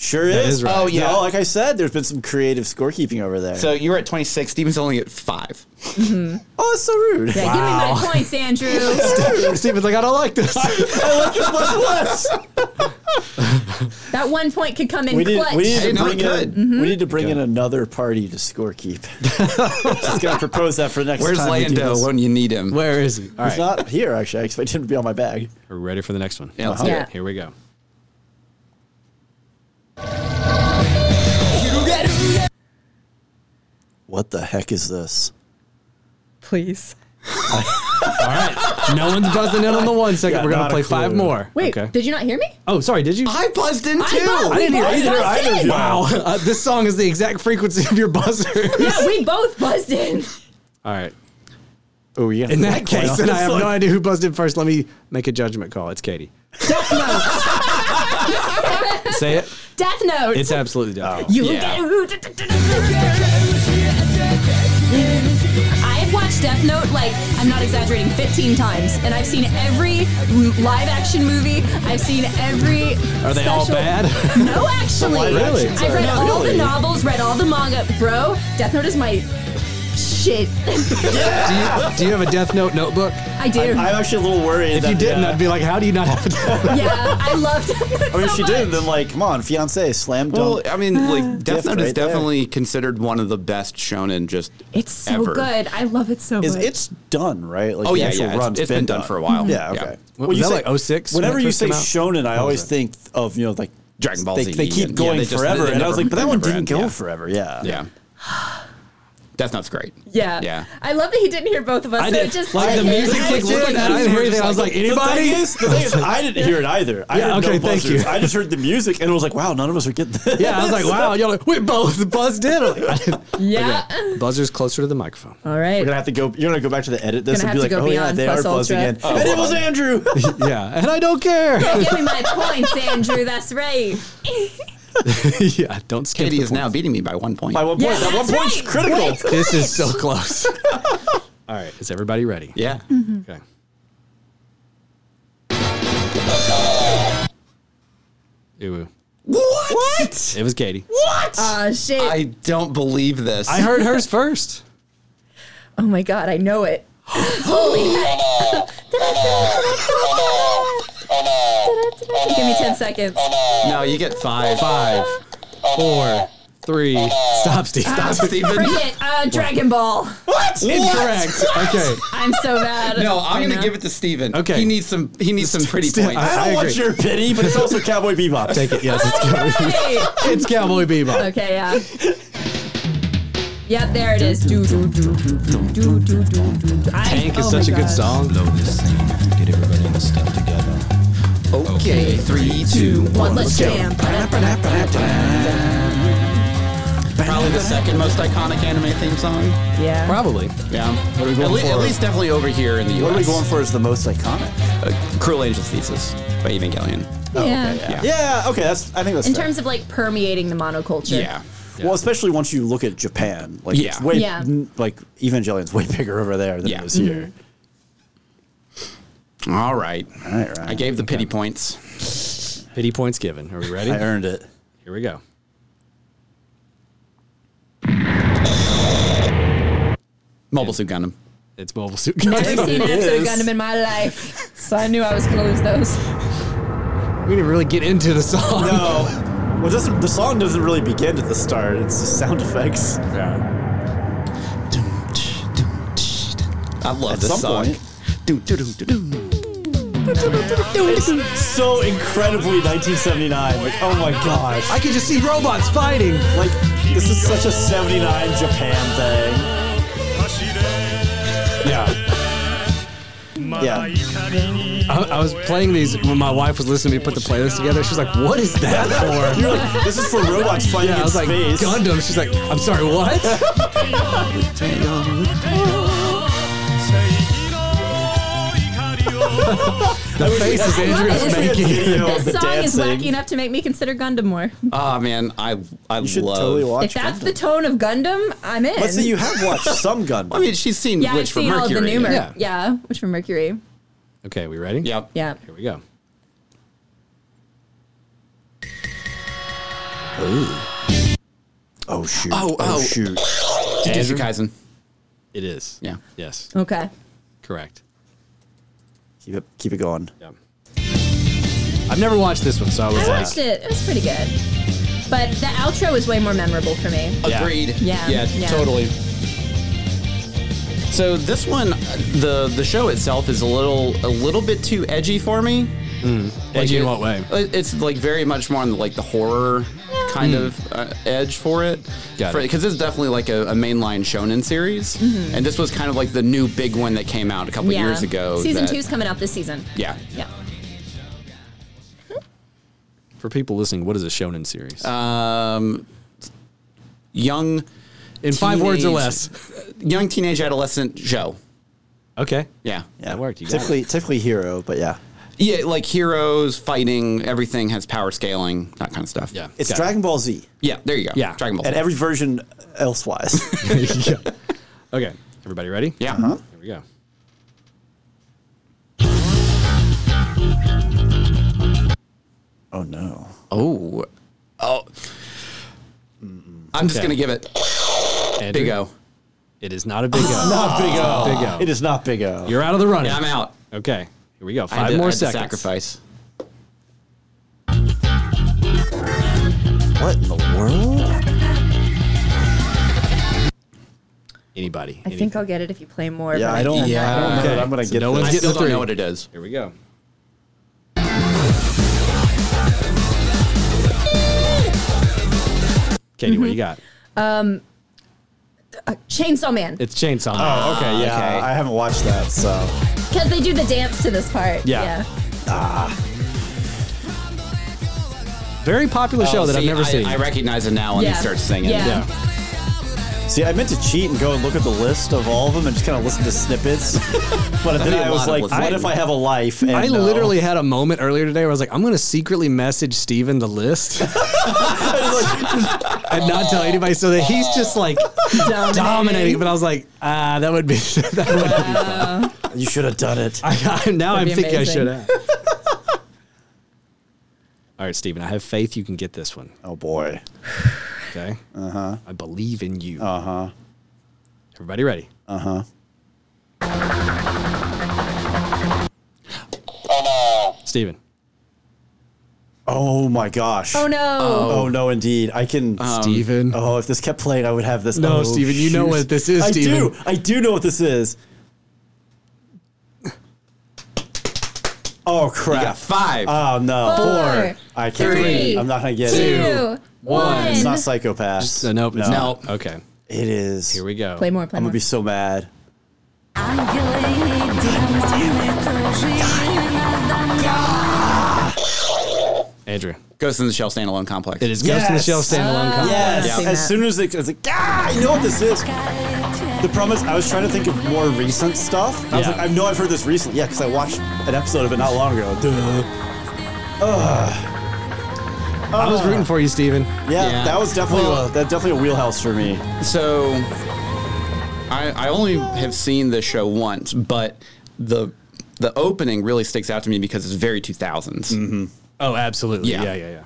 [SPEAKER 3] Sure is.
[SPEAKER 1] is right. Oh,
[SPEAKER 2] yeah.
[SPEAKER 3] No, like I said, there's been some creative scorekeeping over there.
[SPEAKER 2] so you're at 26. Steven's only at five.
[SPEAKER 3] oh, that's so rude.
[SPEAKER 4] Yeah, Give me my points,
[SPEAKER 3] [laughs]
[SPEAKER 4] Andrew.
[SPEAKER 1] [laughs] Steven's like, I don't like this.
[SPEAKER 3] I like this much less.
[SPEAKER 4] that one point could come in
[SPEAKER 3] We need,
[SPEAKER 4] clutch. Mm-hmm.
[SPEAKER 3] we need
[SPEAKER 2] Hey,
[SPEAKER 3] to
[SPEAKER 2] no,
[SPEAKER 3] bring
[SPEAKER 2] it
[SPEAKER 3] in
[SPEAKER 2] could.
[SPEAKER 3] we need to bring in another party to scorekeep. Just gonna propose that for next
[SPEAKER 2] Where's
[SPEAKER 3] time. we do
[SPEAKER 2] Lando
[SPEAKER 3] this.
[SPEAKER 2] when you need him?
[SPEAKER 1] Where is he? All
[SPEAKER 3] He's
[SPEAKER 1] right.
[SPEAKER 3] not here actually. I expect him to be on my bag.
[SPEAKER 1] We're ready for the next one.
[SPEAKER 2] Yeah, let's
[SPEAKER 4] Uh-huh.
[SPEAKER 2] do
[SPEAKER 4] Yeah.
[SPEAKER 2] it.
[SPEAKER 1] Here we go.
[SPEAKER 3] What the heck is this?
[SPEAKER 6] Please.
[SPEAKER 1] All right. No one's buzzing in on the one second.
[SPEAKER 3] Yeah,
[SPEAKER 1] We're going
[SPEAKER 3] not
[SPEAKER 1] to
[SPEAKER 3] a
[SPEAKER 1] play five
[SPEAKER 3] clue.
[SPEAKER 1] more.
[SPEAKER 6] Wait,
[SPEAKER 1] Okay.
[SPEAKER 6] did you not hear me?
[SPEAKER 1] oh, sorry. Did you?
[SPEAKER 2] I buzzed in too.
[SPEAKER 4] buzzed.
[SPEAKER 1] I didn't hear
[SPEAKER 4] Both
[SPEAKER 1] either.
[SPEAKER 4] buzzed
[SPEAKER 3] either of
[SPEAKER 4] in.
[SPEAKER 3] you.
[SPEAKER 1] Wow. [laughs] Uh, this song is the exact frequency of your buzzer.
[SPEAKER 6] Yeah, we both buzzed in.
[SPEAKER 1] All right.
[SPEAKER 3] Oh, yeah.
[SPEAKER 1] In [laughs] that case, then I have no idea who buzzed in first. Let me make a judgment call. It's Katie.
[SPEAKER 4] Death Note.
[SPEAKER 1] Say it.
[SPEAKER 4] [laughs] Death Note.
[SPEAKER 1] It's absolutely dumb.
[SPEAKER 4] Oh. you
[SPEAKER 2] Yeah.
[SPEAKER 4] get. I've watched Death Note like I'm not exaggerating 15 times, and I've seen every live action movie. I've seen every.
[SPEAKER 1] Are they all
[SPEAKER 4] special-
[SPEAKER 1] bad?
[SPEAKER 4] [laughs] No, actually.
[SPEAKER 3] live
[SPEAKER 1] Really?
[SPEAKER 3] actions
[SPEAKER 4] I've
[SPEAKER 3] are-
[SPEAKER 4] read
[SPEAKER 3] No,
[SPEAKER 4] all the
[SPEAKER 3] really.
[SPEAKER 4] novels, read all the manga, bro. Death Note is my shit. [laughs]
[SPEAKER 1] do, you, do you have a Death Note notebook?
[SPEAKER 4] I do.
[SPEAKER 6] [laughs]
[SPEAKER 3] I'm actually a little worried.
[SPEAKER 1] If you didn't, I'd be like, how do you not have a Death Note?
[SPEAKER 4] yeah, I love Death Note.
[SPEAKER 3] I mean, if
[SPEAKER 4] so
[SPEAKER 3] she
[SPEAKER 4] much.
[SPEAKER 3] did, then like, come on, fiance, slam
[SPEAKER 2] Well,
[SPEAKER 3] dunk.
[SPEAKER 2] I mean, like, Death
[SPEAKER 3] Gift
[SPEAKER 2] Note is
[SPEAKER 3] right there.
[SPEAKER 2] definitely considered one of the best shonen just
[SPEAKER 4] It's so
[SPEAKER 2] ever.
[SPEAKER 4] good. I love it so
[SPEAKER 3] is
[SPEAKER 4] much.
[SPEAKER 3] it's done, right? Like
[SPEAKER 2] Oh,
[SPEAKER 3] the
[SPEAKER 2] yeah,
[SPEAKER 3] actual
[SPEAKER 2] yeah. It's-
[SPEAKER 3] run's
[SPEAKER 2] it's been done for a while. Yeah.
[SPEAKER 3] Yeah, okay.
[SPEAKER 1] What,
[SPEAKER 3] When
[SPEAKER 1] was
[SPEAKER 3] you
[SPEAKER 1] that
[SPEAKER 3] say-
[SPEAKER 1] like 06 when
[SPEAKER 3] Whenever
[SPEAKER 1] it
[SPEAKER 3] you
[SPEAKER 1] first
[SPEAKER 3] say
[SPEAKER 1] came out?
[SPEAKER 3] shonen, I always
[SPEAKER 1] that?
[SPEAKER 3] think of you know like
[SPEAKER 2] Dragon Ball
[SPEAKER 3] they,
[SPEAKER 2] Z
[SPEAKER 3] They keep
[SPEAKER 2] and-
[SPEAKER 3] going
[SPEAKER 2] yeah, they just-
[SPEAKER 3] forever,
[SPEAKER 2] they
[SPEAKER 3] and I was
[SPEAKER 2] never-
[SPEAKER 3] like, but that
[SPEAKER 2] they
[SPEAKER 3] one
[SPEAKER 2] never
[SPEAKER 3] didn't
[SPEAKER 2] end,
[SPEAKER 3] go
[SPEAKER 2] yeah.
[SPEAKER 3] forever. Yeah,
[SPEAKER 2] Yeah. [sighs] Death Note's great.
[SPEAKER 6] Yeah.
[SPEAKER 2] Yeah.
[SPEAKER 6] I love that he didn't hear both of us.
[SPEAKER 1] I
[SPEAKER 6] so
[SPEAKER 1] did.
[SPEAKER 6] it just
[SPEAKER 1] like the
[SPEAKER 6] Yeah.
[SPEAKER 4] [laughs]
[SPEAKER 1] music, like,
[SPEAKER 3] did.
[SPEAKER 1] looked like that. I didn't hear anything. I was like,
[SPEAKER 3] The
[SPEAKER 1] anybody?
[SPEAKER 3] thing is, the thing is, I didn't hear it either. I
[SPEAKER 1] Yeah,
[SPEAKER 3] heard
[SPEAKER 1] okay,
[SPEAKER 3] no
[SPEAKER 1] thank
[SPEAKER 3] buzzers.
[SPEAKER 1] you.
[SPEAKER 3] I just heard the music, and I was like, wow, none of us are getting this.
[SPEAKER 1] yeah, I was like, wow. Y'all like, we both buzzed in. I'm like, I [laughs] didn't-
[SPEAKER 6] Yeah.
[SPEAKER 1] Buzzer's closer to the microphone.
[SPEAKER 6] All
[SPEAKER 3] We're
[SPEAKER 6] right.
[SPEAKER 3] gonna have to go. [laughs] You're gonna go back to the edit this
[SPEAKER 6] Gonna
[SPEAKER 3] and be
[SPEAKER 6] have
[SPEAKER 3] like,
[SPEAKER 6] to
[SPEAKER 3] oh
[SPEAKER 6] go
[SPEAKER 3] yeah,
[SPEAKER 6] beyond
[SPEAKER 3] they are
[SPEAKER 6] Plus
[SPEAKER 3] buzzing
[SPEAKER 6] Ultra.
[SPEAKER 1] Oh,
[SPEAKER 3] in, and it was Andrew.
[SPEAKER 1] [laughs]
[SPEAKER 3] [laughs]
[SPEAKER 1] yeah, and I don't care. [laughs]
[SPEAKER 4] Give me my points, Andrew. That's right.
[SPEAKER 1] yeah, don't skip.
[SPEAKER 2] Katie
[SPEAKER 1] the
[SPEAKER 2] is now beating me by one point.
[SPEAKER 3] By one
[SPEAKER 4] Yeah,
[SPEAKER 3] point, that one
[SPEAKER 4] that's
[SPEAKER 3] point's
[SPEAKER 4] right.
[SPEAKER 3] critical.
[SPEAKER 4] Wait.
[SPEAKER 1] point. This is so
[SPEAKER 2] [laughs]
[SPEAKER 1] close. All right, is everybody ready?
[SPEAKER 2] Yeah.
[SPEAKER 4] Mm-hmm.
[SPEAKER 1] Okay. Ew.
[SPEAKER 2] What?
[SPEAKER 1] It was Katie.
[SPEAKER 2] What?
[SPEAKER 4] Ah,
[SPEAKER 6] Aw, shit.
[SPEAKER 2] I don't believe this.
[SPEAKER 1] I heard hers first.
[SPEAKER 6] oh my god, I know it. Give me 10 seconds.
[SPEAKER 2] no, you get five.
[SPEAKER 1] Five, four, three. Stop, Steve. Stop.
[SPEAKER 2] Steven.
[SPEAKER 4] Forget uh, Dragon Ball.
[SPEAKER 2] What?
[SPEAKER 1] Incorrect. Okay.
[SPEAKER 4] I'm so bad.
[SPEAKER 2] No, I'm
[SPEAKER 4] right
[SPEAKER 2] gonna
[SPEAKER 4] now.
[SPEAKER 2] give it to Steven.
[SPEAKER 1] Okay.
[SPEAKER 2] He needs some. He needs some pretty
[SPEAKER 1] Still,
[SPEAKER 2] points.
[SPEAKER 1] I-
[SPEAKER 3] I don't
[SPEAKER 1] I
[SPEAKER 3] want
[SPEAKER 1] agree.
[SPEAKER 3] your pity, but it's also Cowboy Bebop.
[SPEAKER 1] Take it. Yes, it's Cowboy,
[SPEAKER 4] Hey!
[SPEAKER 1] it's Cowboy Bebop.
[SPEAKER 4] Okay, yeah. Yep, there it is. Do, do, do, do, do, do, do, do, do, do. I-
[SPEAKER 1] Tank is
[SPEAKER 4] oh
[SPEAKER 1] such a
[SPEAKER 4] my
[SPEAKER 1] good
[SPEAKER 4] gosh.
[SPEAKER 1] song.
[SPEAKER 7] Load this thing, get everybody in the stuff together.
[SPEAKER 2] Okay, three, two,
[SPEAKER 4] One, let's jam.
[SPEAKER 2] Probably the second most iconic anime theme song.
[SPEAKER 4] Yeah.
[SPEAKER 1] Probably.
[SPEAKER 2] Yeah. What
[SPEAKER 3] are we going
[SPEAKER 2] at,
[SPEAKER 3] for?
[SPEAKER 2] at least definitely over here in the U.S.
[SPEAKER 3] What are we going for as the most iconic?
[SPEAKER 2] Uh, Cruel Angel's Thesis by Evangelion.
[SPEAKER 6] yeah.
[SPEAKER 2] Yeah.
[SPEAKER 3] Yeah, okay, that's I think that's
[SPEAKER 4] In
[SPEAKER 3] fair.
[SPEAKER 4] terms of like permeating the monoculture.
[SPEAKER 2] Yeah.
[SPEAKER 3] Well, especially once you look at Japan, like
[SPEAKER 2] Yeah.
[SPEAKER 3] it's way
[SPEAKER 4] Yeah.
[SPEAKER 3] n- like Evangelion's way [laughs] bigger over there than
[SPEAKER 2] Yeah.
[SPEAKER 3] it is here.
[SPEAKER 4] Mm-hmm.
[SPEAKER 2] All right.
[SPEAKER 3] All right, right.
[SPEAKER 2] I gave the pity points.
[SPEAKER 1] Pity points given. Are we ready?
[SPEAKER 3] I earned it.
[SPEAKER 1] Here we go.
[SPEAKER 2] Mobile Suit Gundam.
[SPEAKER 1] It's Mobile Suit
[SPEAKER 4] Never
[SPEAKER 1] Gundam.
[SPEAKER 4] seen an
[SPEAKER 3] It
[SPEAKER 4] episode of
[SPEAKER 3] is.
[SPEAKER 4] Gundam in my life, so I knew I was close those.
[SPEAKER 1] [laughs] We didn't really get into the song.
[SPEAKER 3] No, well, it doesn't the song doesn't really begin at the start? It's just sound effects.
[SPEAKER 2] I love
[SPEAKER 3] At
[SPEAKER 2] this
[SPEAKER 3] some
[SPEAKER 2] song.
[SPEAKER 3] point.
[SPEAKER 2] Doo, doo, doo, doo, doo.
[SPEAKER 3] So incredibly 1979. Like, oh my gosh.
[SPEAKER 1] I could just see robots fighting.
[SPEAKER 3] Like, this is such a 79 Japan thing. Yeah. Yeah.
[SPEAKER 1] I, I was playing these when my wife was listening to me put the playlist together. She's like, "What is that
[SPEAKER 3] [laughs]
[SPEAKER 1] for?"
[SPEAKER 3] You're like, this is for robots fighting
[SPEAKER 1] Yeah, I
[SPEAKER 3] in
[SPEAKER 1] was like,
[SPEAKER 3] space.
[SPEAKER 1] "Gundam." She's like, "I'm sorry, what?" [laughs] the face is Andrew
[SPEAKER 3] [laughs] I
[SPEAKER 1] is
[SPEAKER 3] wish we had
[SPEAKER 1] making.
[SPEAKER 3] video of
[SPEAKER 4] This
[SPEAKER 3] the
[SPEAKER 4] song is
[SPEAKER 3] dancing.
[SPEAKER 4] wacky enough to make me consider Gundam more.
[SPEAKER 2] Oh man, I I
[SPEAKER 3] You should
[SPEAKER 2] love.
[SPEAKER 3] totally watch
[SPEAKER 4] if that's
[SPEAKER 3] Gundam.
[SPEAKER 4] the tone of Gundam, I'm in.
[SPEAKER 3] Let's see, you have watched some Gundam.
[SPEAKER 2] I mean, she's seen
[SPEAKER 4] yeah,
[SPEAKER 2] Witch
[SPEAKER 4] I've
[SPEAKER 2] for
[SPEAKER 4] seen all of
[SPEAKER 2] Mercury.
[SPEAKER 4] the new Mer-
[SPEAKER 1] Yeah.
[SPEAKER 4] yeah. Witch from Mercury.
[SPEAKER 1] Okay, we ready?
[SPEAKER 2] Yep.
[SPEAKER 4] Yeah.
[SPEAKER 1] Here we go.
[SPEAKER 3] oh shoot.
[SPEAKER 2] Oh, oh.
[SPEAKER 3] shoot.
[SPEAKER 2] Jujutsu Kaisen.
[SPEAKER 1] It is.
[SPEAKER 2] Yeah.
[SPEAKER 1] Yes.
[SPEAKER 4] Okay.
[SPEAKER 1] Correct.
[SPEAKER 3] Keep it keep it going.
[SPEAKER 1] Yeah. I've never watched this one, so I was
[SPEAKER 4] I
[SPEAKER 1] like,
[SPEAKER 4] watched it. It was pretty good. But the outro is way more memorable for me.
[SPEAKER 1] Yeah.
[SPEAKER 2] Agreed.
[SPEAKER 4] Yeah.
[SPEAKER 2] Yeah,
[SPEAKER 4] Yeah.
[SPEAKER 2] totally. So this one, the the show itself is a little a little bit too edgy for me.
[SPEAKER 4] Hmm.
[SPEAKER 1] edgy
[SPEAKER 2] Like,
[SPEAKER 1] in
[SPEAKER 2] it-
[SPEAKER 1] what way?
[SPEAKER 2] it- It's like very much more on like the horror kind of uh, edge for it.
[SPEAKER 1] Hmm. Got it.
[SPEAKER 2] Because it's definitely like a, a mainline shonen series, and this was kind of like the new big one that came out a couple
[SPEAKER 4] Mm-hmm. yeah.
[SPEAKER 2] years ago.
[SPEAKER 4] Season
[SPEAKER 2] that-
[SPEAKER 4] two's coming out this season.
[SPEAKER 2] Yeah.
[SPEAKER 4] Yeah.
[SPEAKER 1] For people listening, what is a shonen series?
[SPEAKER 2] Um, young,
[SPEAKER 1] in five words or
[SPEAKER 2] teenage-
[SPEAKER 1] less.
[SPEAKER 2] young teenage adolescent show.
[SPEAKER 1] Okay.
[SPEAKER 2] Yeah.
[SPEAKER 3] Yeah.
[SPEAKER 1] That worked, you got
[SPEAKER 3] typically typically hero, but yeah.
[SPEAKER 2] Yeah, like heroes, fighting, everything has power scaling, that kind of stuff.
[SPEAKER 1] Yeah.
[SPEAKER 3] It's
[SPEAKER 1] Got it.
[SPEAKER 3] Dragon Ball Z.
[SPEAKER 2] Yeah, there you go.
[SPEAKER 1] Yeah.
[SPEAKER 2] Dragon Ball.
[SPEAKER 3] And every version elsewise.
[SPEAKER 1] yeah.
[SPEAKER 2] [laughs]
[SPEAKER 1] Okay. Everybody ready?
[SPEAKER 2] yeah.
[SPEAKER 1] Here we go.
[SPEAKER 3] oh no.
[SPEAKER 1] Uh-huh.
[SPEAKER 2] Oh. Oh. I'm just
[SPEAKER 1] Okay.
[SPEAKER 2] going to give it
[SPEAKER 1] Andrew,
[SPEAKER 2] Big O.
[SPEAKER 1] It is not a big
[SPEAKER 3] [laughs]
[SPEAKER 1] O.
[SPEAKER 3] Not Big O.
[SPEAKER 1] Ah. Big O.
[SPEAKER 3] It is not Big O.
[SPEAKER 1] You're out of the running.
[SPEAKER 2] Yeah, I'm out.
[SPEAKER 1] Okay. Here we go.
[SPEAKER 2] I had
[SPEAKER 1] Five
[SPEAKER 2] to- I
[SPEAKER 1] more
[SPEAKER 2] had to
[SPEAKER 1] seconds.
[SPEAKER 2] Sacrifice.
[SPEAKER 3] what in the world?
[SPEAKER 1] Anybody?
[SPEAKER 6] I think I'll get it if you play more.
[SPEAKER 3] Yeah,
[SPEAKER 6] but
[SPEAKER 3] I don't.
[SPEAKER 2] Yeah.
[SPEAKER 3] I don't know
[SPEAKER 1] Okay.
[SPEAKER 3] that I'm gonna
[SPEAKER 1] So
[SPEAKER 3] get
[SPEAKER 1] no one's
[SPEAKER 3] this.
[SPEAKER 2] I
[SPEAKER 1] Get
[SPEAKER 2] still
[SPEAKER 1] the
[SPEAKER 2] don't
[SPEAKER 1] three.
[SPEAKER 2] know what it is.
[SPEAKER 1] Here we go. Katie,
[SPEAKER 6] Mm-hmm.
[SPEAKER 1] what you got?
[SPEAKER 4] Chainsaw Man.
[SPEAKER 1] It's Chainsaw.
[SPEAKER 3] Oh, okay, yeah.
[SPEAKER 2] Okay.
[SPEAKER 3] I haven't watched that, so
[SPEAKER 4] Because they do the dance to this part.
[SPEAKER 1] Yeah. Very popular show that I've
[SPEAKER 2] See,
[SPEAKER 1] never
[SPEAKER 2] I,
[SPEAKER 1] seen.
[SPEAKER 2] I recognize it now when
[SPEAKER 4] Yeah.
[SPEAKER 2] he starts singing.
[SPEAKER 4] Yeah.
[SPEAKER 1] yeah.
[SPEAKER 3] see, I meant to cheat and go and look at the list of all of them and just kind of listen to snippets. But then
[SPEAKER 2] be a
[SPEAKER 3] I was
[SPEAKER 2] lot of
[SPEAKER 3] like,
[SPEAKER 2] listening.
[SPEAKER 3] what if I have a life? And uh,
[SPEAKER 1] I
[SPEAKER 3] no? [laughs]
[SPEAKER 1] literally had a moment earlier today where I was like, I'm going to secretly message Steven the list and not [laughs] tell anybody so that he's just like dominating. But I was like, ah, that would be, [laughs] that would
[SPEAKER 3] you should have done it.
[SPEAKER 1] I, I, now I
[SPEAKER 4] That'd be
[SPEAKER 1] think I
[SPEAKER 4] amazing.
[SPEAKER 1] should have. [laughs] All right, Steven, I have faith you can get this one.
[SPEAKER 3] Oh boy.
[SPEAKER 1] Okay. Uh huh.
[SPEAKER 2] Uh-huh.
[SPEAKER 1] I believe in you. Uh huh. Everybody ready?
[SPEAKER 2] Uh-huh.
[SPEAKER 1] Uh huh. Steven.
[SPEAKER 3] Oh my gosh.
[SPEAKER 6] Oh no.
[SPEAKER 3] Oh no, indeed. I can.
[SPEAKER 1] Um, Steven.
[SPEAKER 3] oh, if this kept playing, I would have this.
[SPEAKER 1] No,
[SPEAKER 3] oh,
[SPEAKER 1] Steven, you know what this is,
[SPEAKER 3] I
[SPEAKER 1] Steven.
[SPEAKER 3] do. I do know what this is. Oh crap!
[SPEAKER 2] You got five.
[SPEAKER 3] Oh no!
[SPEAKER 6] Four,
[SPEAKER 3] I can't.
[SPEAKER 6] three,
[SPEAKER 3] read. I'm not gonna get it.
[SPEAKER 6] Two.
[SPEAKER 1] one.
[SPEAKER 3] It's not
[SPEAKER 6] One.
[SPEAKER 3] psychopath.
[SPEAKER 1] So, Uh, nope. it's
[SPEAKER 2] No.
[SPEAKER 1] not. Okay.
[SPEAKER 3] It is.
[SPEAKER 1] Here we go.
[SPEAKER 6] Play more. Play
[SPEAKER 3] I'm
[SPEAKER 6] more.
[SPEAKER 3] gonna be so mad.
[SPEAKER 1] Andrew.
[SPEAKER 2] Ghost in the Shell standalone complex.
[SPEAKER 1] It is Ghost in the
[SPEAKER 3] Yes.
[SPEAKER 1] Shell standalone comic.
[SPEAKER 3] Yes.
[SPEAKER 6] Oh, I've seen
[SPEAKER 3] As
[SPEAKER 6] that.
[SPEAKER 3] soon as it, I was like, ah, I know what this is. The problem is, I was trying to think of more recent stuff. I was
[SPEAKER 1] Yeah.
[SPEAKER 3] like, I know I've heard this recently. Yeah, because I watched an episode of it not long ago. Duh.
[SPEAKER 1] I was rooting for you, Steven.
[SPEAKER 3] Yeah,
[SPEAKER 2] Yeah.
[SPEAKER 3] that was definitely
[SPEAKER 2] Well-
[SPEAKER 3] a, that definitely a wheelhouse for me.
[SPEAKER 2] So, I, I only have seen this show once, but the the opening really sticks out to me because it's very 2000s.
[SPEAKER 1] Oh, absolutely. Yeah,
[SPEAKER 2] Yeah.
[SPEAKER 1] yeah, yeah.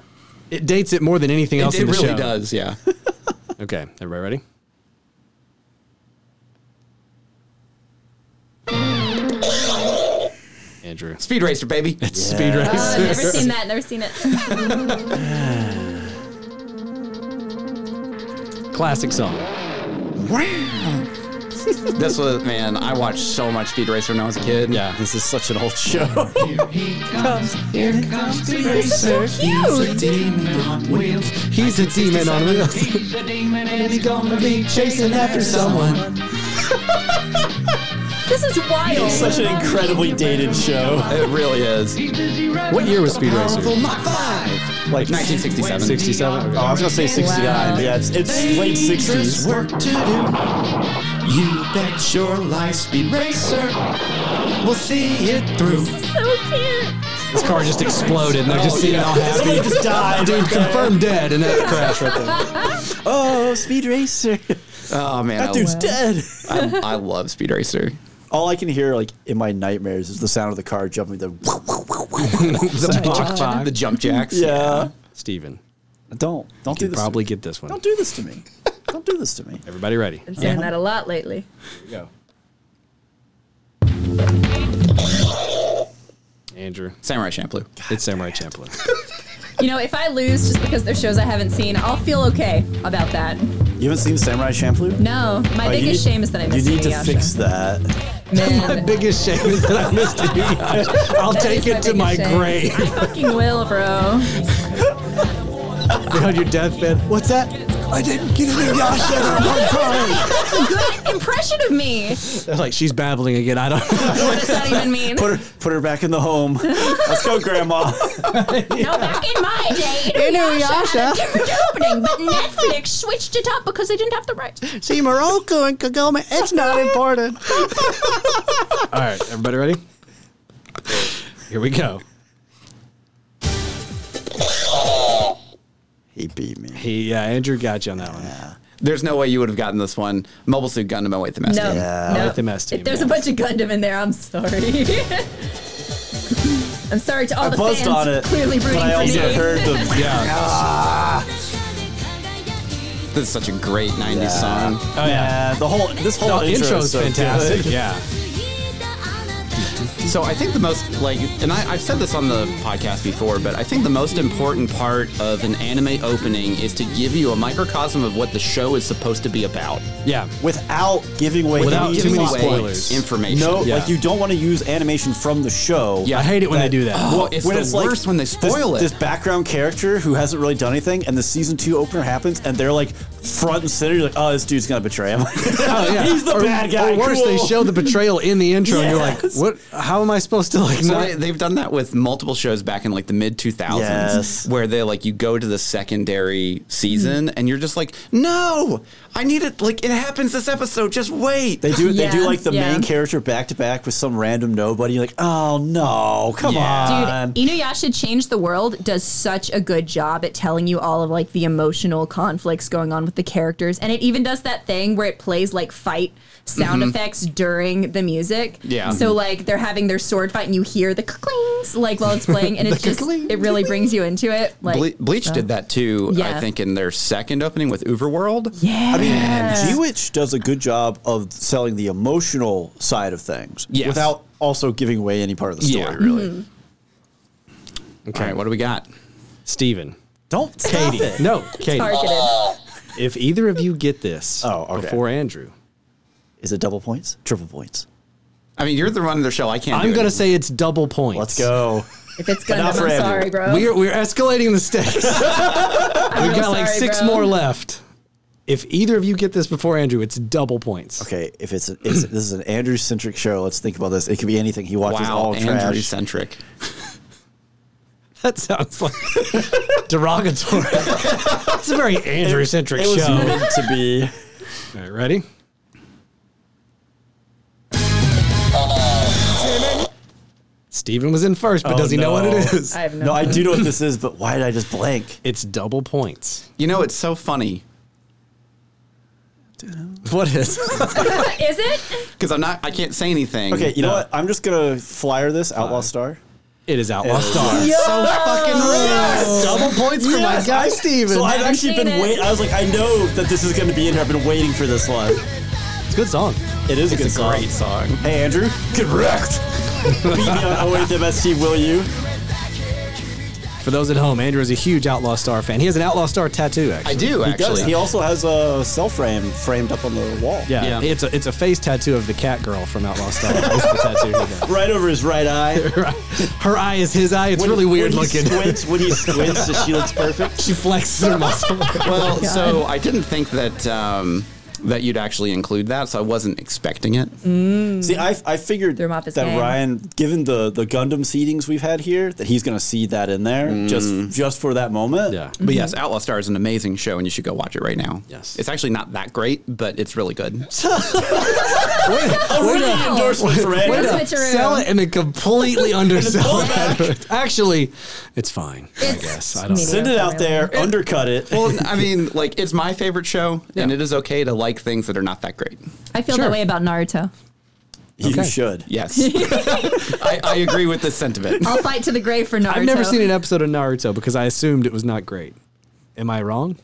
[SPEAKER 1] It dates it more than anything
[SPEAKER 2] It,
[SPEAKER 1] else
[SPEAKER 2] it
[SPEAKER 1] in the
[SPEAKER 2] really
[SPEAKER 1] show.
[SPEAKER 2] does, yeah.
[SPEAKER 1] Okay, everybody ready? Andrew.
[SPEAKER 2] Speed
[SPEAKER 1] [laughs]
[SPEAKER 2] Racer, baby.
[SPEAKER 1] Speed
[SPEAKER 6] Oh, I've never
[SPEAKER 1] race.
[SPEAKER 6] seen that. Never
[SPEAKER 3] [laughs]
[SPEAKER 6] seen it.
[SPEAKER 1] Classic song.
[SPEAKER 2] this was man. I watched so much Speed Racer when I was a kid.
[SPEAKER 1] Yeah.
[SPEAKER 3] This is such an old show. [laughs]
[SPEAKER 1] He's a demon on wheels.
[SPEAKER 6] This is
[SPEAKER 3] It's
[SPEAKER 6] wild.
[SPEAKER 3] such an incredibly dated show.
[SPEAKER 2] It really is.
[SPEAKER 1] What year was Speed Racer?
[SPEAKER 3] Like
[SPEAKER 2] 1967.
[SPEAKER 1] 67.
[SPEAKER 3] Oh, I was gonna say 69.
[SPEAKER 6] Wow.
[SPEAKER 3] Yeah, it's, it's late 60s.
[SPEAKER 7] work to do. You bet your life, Speed Racer. We'll see it through.
[SPEAKER 6] So cute.
[SPEAKER 1] This car just exploded and they're just sitting all happy.
[SPEAKER 3] Somebody just died.
[SPEAKER 1] Dude, Oh, confirmed dead in that crash. [laughs]
[SPEAKER 3] Oh, Speed Racer.
[SPEAKER 2] Oh man,
[SPEAKER 3] [laughs] That
[SPEAKER 2] I,
[SPEAKER 3] dude's dead.
[SPEAKER 2] I, I
[SPEAKER 3] [laughs]
[SPEAKER 2] love Speed Racer.
[SPEAKER 3] All I can hear, like in my nightmares, is the sound of the car jumping. The
[SPEAKER 2] The, jump, the jump jacks.
[SPEAKER 3] [laughs] yeah.
[SPEAKER 1] Steven,
[SPEAKER 3] [laughs] Don't don't do
[SPEAKER 1] you
[SPEAKER 3] this.
[SPEAKER 1] probably
[SPEAKER 3] Probably
[SPEAKER 1] get this one.
[SPEAKER 3] don't do this to me. Don't do this to me.
[SPEAKER 1] Everybody ready?
[SPEAKER 6] Been saying that a lot lately.
[SPEAKER 1] Andrew.
[SPEAKER 2] Samurai Champloo.
[SPEAKER 1] It's Samurai Champloo. [laughs]
[SPEAKER 6] You know, if I lose just because they're shows I haven't seen, I'll feel okay about that.
[SPEAKER 3] You haven't seen Samurai Champloo?
[SPEAKER 6] No, my
[SPEAKER 3] Oh, you
[SPEAKER 6] biggest
[SPEAKER 3] need-
[SPEAKER 6] shame is that I missed
[SPEAKER 3] You need to
[SPEAKER 6] Inuyasha.
[SPEAKER 3] fix
[SPEAKER 6] [laughs]
[SPEAKER 3] that. [laughs]
[SPEAKER 6] Man,
[SPEAKER 1] biggest shame is that I missed [laughs] it. I'll
[SPEAKER 6] that
[SPEAKER 1] take
[SPEAKER 6] is
[SPEAKER 1] it to
[SPEAKER 6] biggest
[SPEAKER 1] my
[SPEAKER 6] shame.
[SPEAKER 1] grave.
[SPEAKER 6] I fucking will, bro.
[SPEAKER 1] [laughs] on your deathbed. What's that? I didn't get any Yasha.
[SPEAKER 6] That's a good impression of me.
[SPEAKER 3] [laughs]
[SPEAKER 1] like she's babbling again. I [laughs] don't.
[SPEAKER 6] What does that even mean?
[SPEAKER 3] Put her put her back in the home. Let's go,
[SPEAKER 6] [laughs]
[SPEAKER 3] Grandma.
[SPEAKER 4] No, back in my day, Inuyasha had a different opening, but Netflix switched it up because they didn't have the rights.
[SPEAKER 1] See Morocco and Kagoma. It's not important. All right, everybody ready? Here we go.
[SPEAKER 3] he beat me.
[SPEAKER 1] He, yeah, Andrew got you on that one.
[SPEAKER 2] There's no way you would have gotten this one. Mobile Suit Gundam Await the Master.
[SPEAKER 6] no,
[SPEAKER 3] Yeah,
[SPEAKER 6] no.
[SPEAKER 1] with the mess
[SPEAKER 6] If
[SPEAKER 1] team,
[SPEAKER 6] there's
[SPEAKER 1] yeah.
[SPEAKER 6] a bunch of Gundam in there,
[SPEAKER 4] [laughs]
[SPEAKER 6] I'm sorry. I'm sorry to all
[SPEAKER 3] I
[SPEAKER 6] the
[SPEAKER 3] buzzed
[SPEAKER 6] fans
[SPEAKER 3] on it,
[SPEAKER 6] clearly
[SPEAKER 3] but
[SPEAKER 6] rooting
[SPEAKER 3] I
[SPEAKER 6] for me.
[SPEAKER 3] also heard
[SPEAKER 6] [laughs]
[SPEAKER 3] the
[SPEAKER 1] Yeah.
[SPEAKER 2] This is such a great 90s song.
[SPEAKER 1] Oh yeah.
[SPEAKER 3] yeah, the whole this whole
[SPEAKER 1] Oh, The
[SPEAKER 3] intro
[SPEAKER 1] intro's
[SPEAKER 3] is so
[SPEAKER 1] fantastic.
[SPEAKER 3] good.
[SPEAKER 1] Yeah.
[SPEAKER 2] So I think the most, like, and I, I've said this on the podcast before, but I think the most important part of an anime opening is to give you a microcosm of what the show is supposed to be about.
[SPEAKER 1] Yeah.
[SPEAKER 3] Without giving away
[SPEAKER 1] Without
[SPEAKER 3] any
[SPEAKER 1] too many
[SPEAKER 3] plot
[SPEAKER 2] Way
[SPEAKER 1] spoilers.
[SPEAKER 3] points.
[SPEAKER 2] Information.
[SPEAKER 3] No,
[SPEAKER 1] Yeah.
[SPEAKER 3] like you don't want to use animation from the show.
[SPEAKER 1] I hate it when they do that.
[SPEAKER 2] Oh, it's the worst when they spoil
[SPEAKER 3] this,
[SPEAKER 2] it.
[SPEAKER 3] This background character who hasn't really done anything, and the season two opener happens, and they're like front and center. You're like, oh, this dude's gonna betray him. [laughs]
[SPEAKER 1] Oh, yeah.
[SPEAKER 3] He's the
[SPEAKER 1] or,
[SPEAKER 3] bad guy.
[SPEAKER 1] Or worse, they
[SPEAKER 3] Cool.
[SPEAKER 1] show the betrayal in the intro, and you're like,
[SPEAKER 3] Yes.
[SPEAKER 1] "What? How am I supposed to like?"
[SPEAKER 2] So
[SPEAKER 1] not-
[SPEAKER 2] they, they've done that with multiple shows back in like the mid 2000s
[SPEAKER 3] Yes.
[SPEAKER 2] where they like you go to the secondary season and you're just like no I need it like it happens this episode just wait
[SPEAKER 3] They do.
[SPEAKER 6] Yeah,
[SPEAKER 3] they do like the
[SPEAKER 6] yeah.
[SPEAKER 3] main character back to back with some random nobody. You're like, oh no, come
[SPEAKER 2] Yeah.
[SPEAKER 1] Um,
[SPEAKER 3] on.
[SPEAKER 6] Dude, e Inuyasha Change the World does such a good job at telling you all of like the emotional conflicts going on with the characters, and it even does that thing where it plays like fight
[SPEAKER 1] Mm-hmm.
[SPEAKER 6] sound effects during the music.
[SPEAKER 2] Yeah.
[SPEAKER 6] So like they're having their sword fight, and you hear the clings like while it's
[SPEAKER 1] [laughs]
[SPEAKER 6] playing, and it's just it really brings you into it. Like uh,
[SPEAKER 2] Ble- Bleach did that too I
[SPEAKER 6] Yeah.
[SPEAKER 2] think in their second opening with Uberworld
[SPEAKER 6] yeah.
[SPEAKER 3] I mean, G Witch does a good job of selling the emotional side of things
[SPEAKER 2] Yes. Mm-hmm.
[SPEAKER 3] without also giving away any part of the story.
[SPEAKER 2] Yeah.
[SPEAKER 3] Really,
[SPEAKER 2] all right what do we got
[SPEAKER 1] Steven.
[SPEAKER 3] Don't stop
[SPEAKER 1] Katie.
[SPEAKER 3] it.
[SPEAKER 1] No, Katie.
[SPEAKER 6] Targeted.
[SPEAKER 1] If either of you get this
[SPEAKER 3] Oh, okay.
[SPEAKER 1] before Andrew,
[SPEAKER 3] Is it double points? Triple points?
[SPEAKER 2] I mean, you're the run of the show. I can't.
[SPEAKER 1] I'm
[SPEAKER 2] do
[SPEAKER 1] going to
[SPEAKER 2] it.
[SPEAKER 1] say it's double points.
[SPEAKER 3] Let's
[SPEAKER 2] [laughs]
[SPEAKER 3] go.
[SPEAKER 6] If it's Gundam, I'm
[SPEAKER 3] Enough for Andrew.
[SPEAKER 6] sorry, bro.
[SPEAKER 1] We're, we're escalating the
[SPEAKER 6] [laughs]
[SPEAKER 1] stakes. We've got like
[SPEAKER 6] sorry,
[SPEAKER 1] six
[SPEAKER 6] bro.
[SPEAKER 1] more left. If either of you get this before Andrew, it's double points.
[SPEAKER 3] Okay, if it's, it's this is an Andrew centric show, let's think about this. It could be anything. He watches
[SPEAKER 2] Wow,
[SPEAKER 3] all
[SPEAKER 2] Andrew
[SPEAKER 3] trash.
[SPEAKER 2] centric.
[SPEAKER 1] [laughs] That sounds like [laughs] derogatory. it's a very Andrew centric
[SPEAKER 3] It was
[SPEAKER 1] show.
[SPEAKER 3] meant to be.
[SPEAKER 1] All right, ready? Steven was in first, but
[SPEAKER 3] Oh,
[SPEAKER 1] does he know what
[SPEAKER 3] no.
[SPEAKER 1] it is?
[SPEAKER 6] I have no.
[SPEAKER 3] No, I do know what this is, but why did I
[SPEAKER 2] [laughs]
[SPEAKER 3] just blank?
[SPEAKER 1] It's double points.
[SPEAKER 2] You know, it's so funny
[SPEAKER 1] What is?
[SPEAKER 6] Is it?
[SPEAKER 2] because I'm not. I can't say anything.
[SPEAKER 3] Okay, you know what? I'm just gonna flyer this Outlaw Star.
[SPEAKER 1] [laughs] it is Outlaw Star.
[SPEAKER 2] So fucking
[SPEAKER 3] Yes!
[SPEAKER 6] Oh.
[SPEAKER 1] Double points for my guy, Steven.
[SPEAKER 3] So I've actually
[SPEAKER 6] seen
[SPEAKER 3] been
[SPEAKER 6] it.
[SPEAKER 3] wait. I was like, I know that this is gonna be in here. I've been waiting for this one.
[SPEAKER 1] it's a good song.
[SPEAKER 3] It is a good
[SPEAKER 2] It's a
[SPEAKER 3] song.
[SPEAKER 2] great song.
[SPEAKER 1] [laughs]
[SPEAKER 3] Hey Andrew, get wrecked. Beat me on 08 MST, will you?
[SPEAKER 1] For those at home, Andrew is a huge Outlaw Star fan. He has an Outlaw Star tattoo, actually.
[SPEAKER 2] I do
[SPEAKER 3] He does.
[SPEAKER 2] actually.
[SPEAKER 3] He also has a cell frame framed up on the wall.
[SPEAKER 1] Yeah,
[SPEAKER 2] Yeah.
[SPEAKER 1] it's a it's a face tattoo of the cat girl from Outlaw Star. It's the tattoo he got.
[SPEAKER 3] Right over his
[SPEAKER 1] [laughs]
[SPEAKER 3] right eye.
[SPEAKER 1] Her eye is his eye. It's
[SPEAKER 3] When-
[SPEAKER 1] really weird
[SPEAKER 3] when
[SPEAKER 1] looking.
[SPEAKER 3] He squints, when he squints, the she looks
[SPEAKER 1] [laughs]
[SPEAKER 6] [laughs]
[SPEAKER 3] perfect.
[SPEAKER 1] she flexes
[SPEAKER 3] [laughs]
[SPEAKER 1] her muscle.
[SPEAKER 2] well, so I didn't think that um, that you'd actually include that, so I wasn't expecting it.
[SPEAKER 3] See, I, I figured
[SPEAKER 6] Threw Hmm. him
[SPEAKER 3] that
[SPEAKER 6] off his game.
[SPEAKER 3] Ryan, given the, the Gundam seedings we've had here, that he's going to see that in there just just for that moment.
[SPEAKER 1] Hmm. yeah.
[SPEAKER 2] But yes, Outlaw Star is an amazing show, and you should go watch it right now.
[SPEAKER 1] Yes.
[SPEAKER 2] it's actually not that great, but it's really good. [laughs]
[SPEAKER 3] A really
[SPEAKER 6] Wow.
[SPEAKER 3] endorsement for Andrew.
[SPEAKER 1] Way to
[SPEAKER 6] Switcheroo.
[SPEAKER 1] sell it and then completely undersell
[SPEAKER 3] pull it
[SPEAKER 1] it. Actually, it's fine. I
[SPEAKER 6] It's
[SPEAKER 1] guess I don't.
[SPEAKER 6] medium.
[SPEAKER 3] Send it out there, undercut it.
[SPEAKER 2] Well, I mean, like it's my favorite show, and
[SPEAKER 1] Yeah.
[SPEAKER 2] it is okay to like things that are not that great.
[SPEAKER 6] I feel
[SPEAKER 1] Sure.
[SPEAKER 6] that way about Naruto.
[SPEAKER 3] you
[SPEAKER 1] okay.
[SPEAKER 3] should.
[SPEAKER 2] Yes, [laughs] I, I agree with this sentiment.
[SPEAKER 6] I'll fight to the grave for Naruto.
[SPEAKER 1] I've never seen an episode of Naruto because I assumed it was not great. Am I wrong?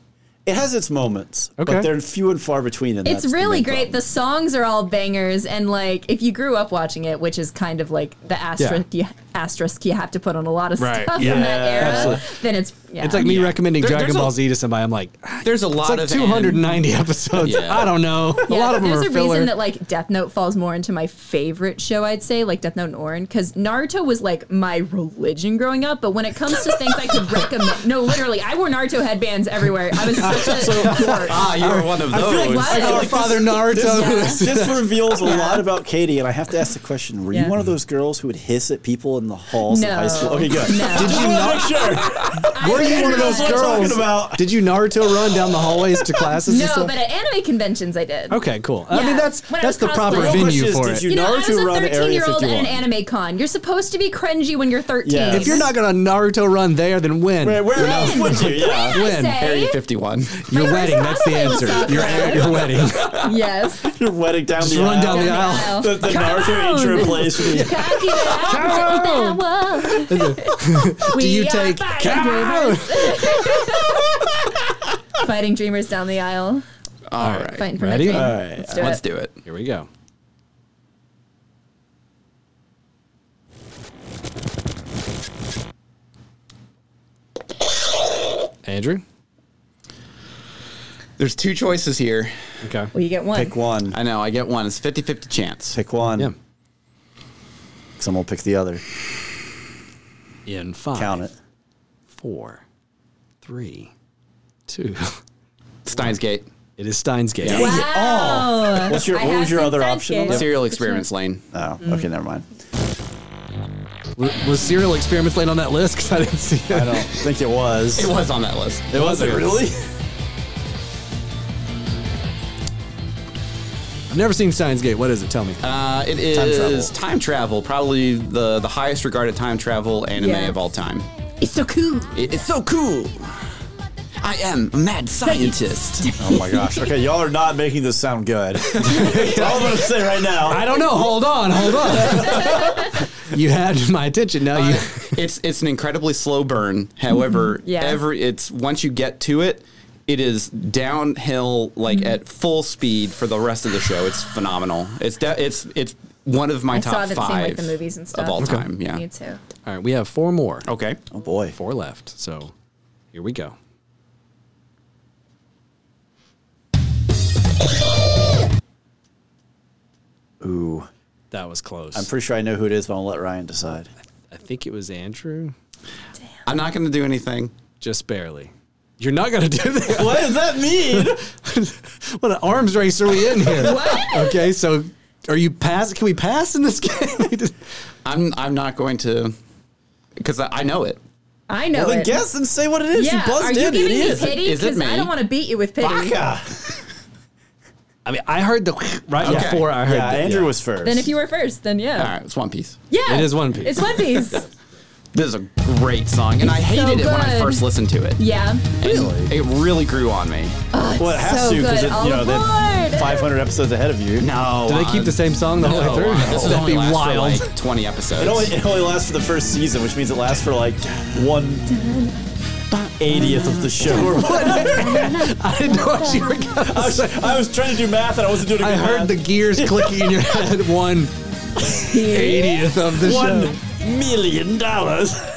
[SPEAKER 3] It has its moments,
[SPEAKER 1] Okay.
[SPEAKER 3] but they're few and far between. And
[SPEAKER 6] It's
[SPEAKER 3] that's the
[SPEAKER 6] really
[SPEAKER 3] main
[SPEAKER 6] great.
[SPEAKER 3] problem.
[SPEAKER 6] The songs are all bangers, and like if you grew up watching it, which is kind of like the asterisk you, asterisk you have to put on a lot of
[SPEAKER 1] Right,
[SPEAKER 6] stuff
[SPEAKER 1] yeah.
[SPEAKER 6] from that era,
[SPEAKER 1] Absolutely.
[SPEAKER 6] then it's yeah.
[SPEAKER 1] It's like me recommending
[SPEAKER 2] There-
[SPEAKER 1] Dragon
[SPEAKER 2] there's a-
[SPEAKER 1] Ball Z to somebody. I'm like, ah,
[SPEAKER 2] There's a lot
[SPEAKER 1] it's like
[SPEAKER 2] of
[SPEAKER 1] 290 episodes.
[SPEAKER 2] Yeah.
[SPEAKER 1] I don't know.
[SPEAKER 6] Yeah,
[SPEAKER 1] a lot of them
[SPEAKER 6] there's
[SPEAKER 1] are
[SPEAKER 6] a
[SPEAKER 1] filler.
[SPEAKER 6] reason that like Death Note falls more into my favorite show. I'd say like Death Note and Orin because Naruto was like my religion growing up. But when it comes to things I could recommend, no, literally, I wore Naruto headbands everywhere. I was
[SPEAKER 1] [laughs]
[SPEAKER 6] such a dork.
[SPEAKER 2] Ah, you were one of
[SPEAKER 3] I
[SPEAKER 2] those.
[SPEAKER 3] feel like
[SPEAKER 6] What?
[SPEAKER 3] I feel like this-
[SPEAKER 1] Father Naruto.
[SPEAKER 3] This, this reveals a
[SPEAKER 6] [laughs]
[SPEAKER 3] lot about Katie, and I have to ask the question: Were
[SPEAKER 6] Yeah.
[SPEAKER 3] you one of those girls who would hiss at people in the halls of high
[SPEAKER 6] No.
[SPEAKER 3] school? Okay, good.
[SPEAKER 6] No. Did
[SPEAKER 3] you not? Sure.
[SPEAKER 1] [laughs] Were you one of those
[SPEAKER 3] That's what I'm talking
[SPEAKER 1] girls?
[SPEAKER 3] about.
[SPEAKER 1] Did you Naruto run down the hallways to classes and
[SPEAKER 6] No,
[SPEAKER 1] stuff?
[SPEAKER 6] but at anime conventions I did.
[SPEAKER 1] okay, cool. I
[SPEAKER 6] Yeah.
[SPEAKER 1] mean, that's
[SPEAKER 6] When I
[SPEAKER 1] that's the
[SPEAKER 6] was
[SPEAKER 1] proper
[SPEAKER 6] cosplaying.
[SPEAKER 1] venue
[SPEAKER 3] Real question is,
[SPEAKER 1] for
[SPEAKER 3] did
[SPEAKER 1] it.
[SPEAKER 3] you-
[SPEAKER 6] You know, I was
[SPEAKER 3] Naruto
[SPEAKER 6] a
[SPEAKER 3] around Area
[SPEAKER 6] 13-year-old at
[SPEAKER 3] 51.
[SPEAKER 6] an anime con. You're supposed to be cringy when you're 13.
[SPEAKER 3] Yeah.
[SPEAKER 1] If you're not gonna Naruto run there, then when?
[SPEAKER 3] Where, where else
[SPEAKER 6] When?
[SPEAKER 3] would you? Yeah.
[SPEAKER 6] I
[SPEAKER 1] when?
[SPEAKER 6] say-
[SPEAKER 2] Area 51.
[SPEAKER 1] Your
[SPEAKER 6] My
[SPEAKER 1] wedding. That's
[SPEAKER 6] first
[SPEAKER 1] the
[SPEAKER 6] holiday was
[SPEAKER 1] answer.
[SPEAKER 6] not
[SPEAKER 1] Your
[SPEAKER 6] [laughs] bad.
[SPEAKER 1] your wedding.
[SPEAKER 6] [laughs]
[SPEAKER 3] [laughs]
[SPEAKER 6] Yes.
[SPEAKER 3] You're wetting down
[SPEAKER 1] Just
[SPEAKER 3] the
[SPEAKER 1] run
[SPEAKER 3] aisle.
[SPEAKER 1] down the aisle.
[SPEAKER 3] the, the Naruto intro plays.
[SPEAKER 6] Cocky that I was at that one.
[SPEAKER 1] Do you
[SPEAKER 6] We are
[SPEAKER 1] take
[SPEAKER 6] fighting
[SPEAKER 1] Kaboom?
[SPEAKER 6] dreamers- Fighting dreamers down the aisle.
[SPEAKER 2] All right,
[SPEAKER 6] Fighting for
[SPEAKER 1] Ready?
[SPEAKER 6] my dream.
[SPEAKER 3] All right.
[SPEAKER 6] Let's do
[SPEAKER 2] let's
[SPEAKER 6] it.
[SPEAKER 2] do it.
[SPEAKER 1] Here we go. Andrew?
[SPEAKER 2] There's two choices here.
[SPEAKER 1] Okay.
[SPEAKER 6] Well, you get one.
[SPEAKER 3] Pick one.
[SPEAKER 2] I know. I get one. It's 50-50 chance.
[SPEAKER 3] Pick one.
[SPEAKER 1] Yeah.
[SPEAKER 3] Someone will pick the other.
[SPEAKER 1] In five,
[SPEAKER 3] Count it.
[SPEAKER 1] four, three, two. [laughs]
[SPEAKER 2] Steins Gate.
[SPEAKER 1] It is Steins Gate.
[SPEAKER 2] Yeah.
[SPEAKER 3] Dang it. Oh. What's your,
[SPEAKER 6] I
[SPEAKER 3] what
[SPEAKER 6] have
[SPEAKER 3] was your
[SPEAKER 6] seen
[SPEAKER 3] other
[SPEAKER 6] Sense
[SPEAKER 3] option? on
[SPEAKER 6] Gate.
[SPEAKER 3] that?
[SPEAKER 2] Serial Experiments Lane.
[SPEAKER 3] Oh, okay, never mind.
[SPEAKER 1] W- Was Serial Experiments Lane on that list? Because I didn't see
[SPEAKER 3] I
[SPEAKER 1] it.
[SPEAKER 3] don't [laughs] think it was.
[SPEAKER 2] It was on that list.
[SPEAKER 3] It wasn't really.
[SPEAKER 1] I've never seen Steins Gate. What is it? Tell me.
[SPEAKER 2] Uh, it is
[SPEAKER 3] Time
[SPEAKER 2] time
[SPEAKER 3] travel.
[SPEAKER 2] travel. probably the, the highest regarded time travel anime
[SPEAKER 6] Yeah.
[SPEAKER 2] of all time.
[SPEAKER 6] It's so cool.
[SPEAKER 2] It- it's so cool. I am a mad scientist. [laughs]
[SPEAKER 6] [laughs]
[SPEAKER 3] Oh my gosh. Okay, y'all are not making this sound good. [laughs] That's all I'm gonna say right now.
[SPEAKER 1] I don't know. Hold on. Hold on. you had my attention. Now you.
[SPEAKER 2] it's it's an incredibly slow burn. However,
[SPEAKER 6] [laughs] Yeah.
[SPEAKER 2] every it's once you get to it, it is downhill
[SPEAKER 6] Mm-hmm.
[SPEAKER 2] like at full speed for the rest of the show. It's phenomenal. It's de- it's it's one of my
[SPEAKER 6] I
[SPEAKER 2] top
[SPEAKER 6] still haven't
[SPEAKER 2] five
[SPEAKER 6] seen like the movies and stuff.
[SPEAKER 2] of all time. Yeah.
[SPEAKER 6] Me too.
[SPEAKER 1] All right. We have four more.
[SPEAKER 2] Okay.
[SPEAKER 3] Oh boy.
[SPEAKER 1] Four left. So Here we go.
[SPEAKER 3] Ooh.
[SPEAKER 1] That was close.
[SPEAKER 3] I'm pretty sure I know who it is, but I'll let Ryan decide.
[SPEAKER 1] I think it was Andrew.
[SPEAKER 2] I'm not going to do anything.
[SPEAKER 1] Just barely. You're not going to do that.
[SPEAKER 3] What does that [laughs] mean?
[SPEAKER 1] [laughs] what an arms race are we in here? Okay, so are you pass? Can we pass in this [laughs] game?
[SPEAKER 2] I'm I'm not going to because I, I know it.
[SPEAKER 6] I know
[SPEAKER 3] well, then
[SPEAKER 6] it.
[SPEAKER 3] guess and say what it is.
[SPEAKER 6] yeah,
[SPEAKER 3] you buzzed
[SPEAKER 6] are you
[SPEAKER 3] in,
[SPEAKER 6] giving
[SPEAKER 3] idiot.
[SPEAKER 6] me pity?
[SPEAKER 2] Is it
[SPEAKER 6] Because I
[SPEAKER 2] me?
[SPEAKER 6] don't want to beat you with pity.
[SPEAKER 3] Baka.
[SPEAKER 1] I mean, I heard the [laughs] right
[SPEAKER 2] Okay.
[SPEAKER 1] before I heard.
[SPEAKER 3] Yeah,
[SPEAKER 1] the-
[SPEAKER 3] Andrew was first.
[SPEAKER 6] Then if you were first, then yeah.
[SPEAKER 2] All right, it's One Piece.
[SPEAKER 6] Yeah.
[SPEAKER 1] It is One Piece.
[SPEAKER 6] It's
[SPEAKER 2] [laughs]
[SPEAKER 6] One Piece.
[SPEAKER 2] This is a great song, and I
[SPEAKER 6] It's so
[SPEAKER 2] hated it when I
[SPEAKER 6] good.
[SPEAKER 2] first listened to it.
[SPEAKER 6] yeah.
[SPEAKER 2] Really? It really grew on me.
[SPEAKER 3] well, it has
[SPEAKER 6] so
[SPEAKER 3] to because
[SPEAKER 6] good. oh,
[SPEAKER 3] it,
[SPEAKER 6] All
[SPEAKER 3] you know
[SPEAKER 6] aboard.
[SPEAKER 3] that 500 episodes ahead of you.
[SPEAKER 2] No.
[SPEAKER 1] Do they keep the same song the whole way through?
[SPEAKER 2] This is
[SPEAKER 1] That'd
[SPEAKER 2] only
[SPEAKER 1] be
[SPEAKER 2] last for
[SPEAKER 1] wild.
[SPEAKER 2] like 20 episodes.
[SPEAKER 3] It only, it only lasts for the first season, which means it lasts for like one eightieth of the show.
[SPEAKER 6] [laughs]
[SPEAKER 3] Or
[SPEAKER 1] [laughs] I didn't know what you were going
[SPEAKER 3] I, was, I was trying to do math and I wasn't doing it.
[SPEAKER 1] I heard the gears clicking in your head. One eightieth of the
[SPEAKER 3] one
[SPEAKER 1] show.
[SPEAKER 3] million dollars.
[SPEAKER 6] [laughs]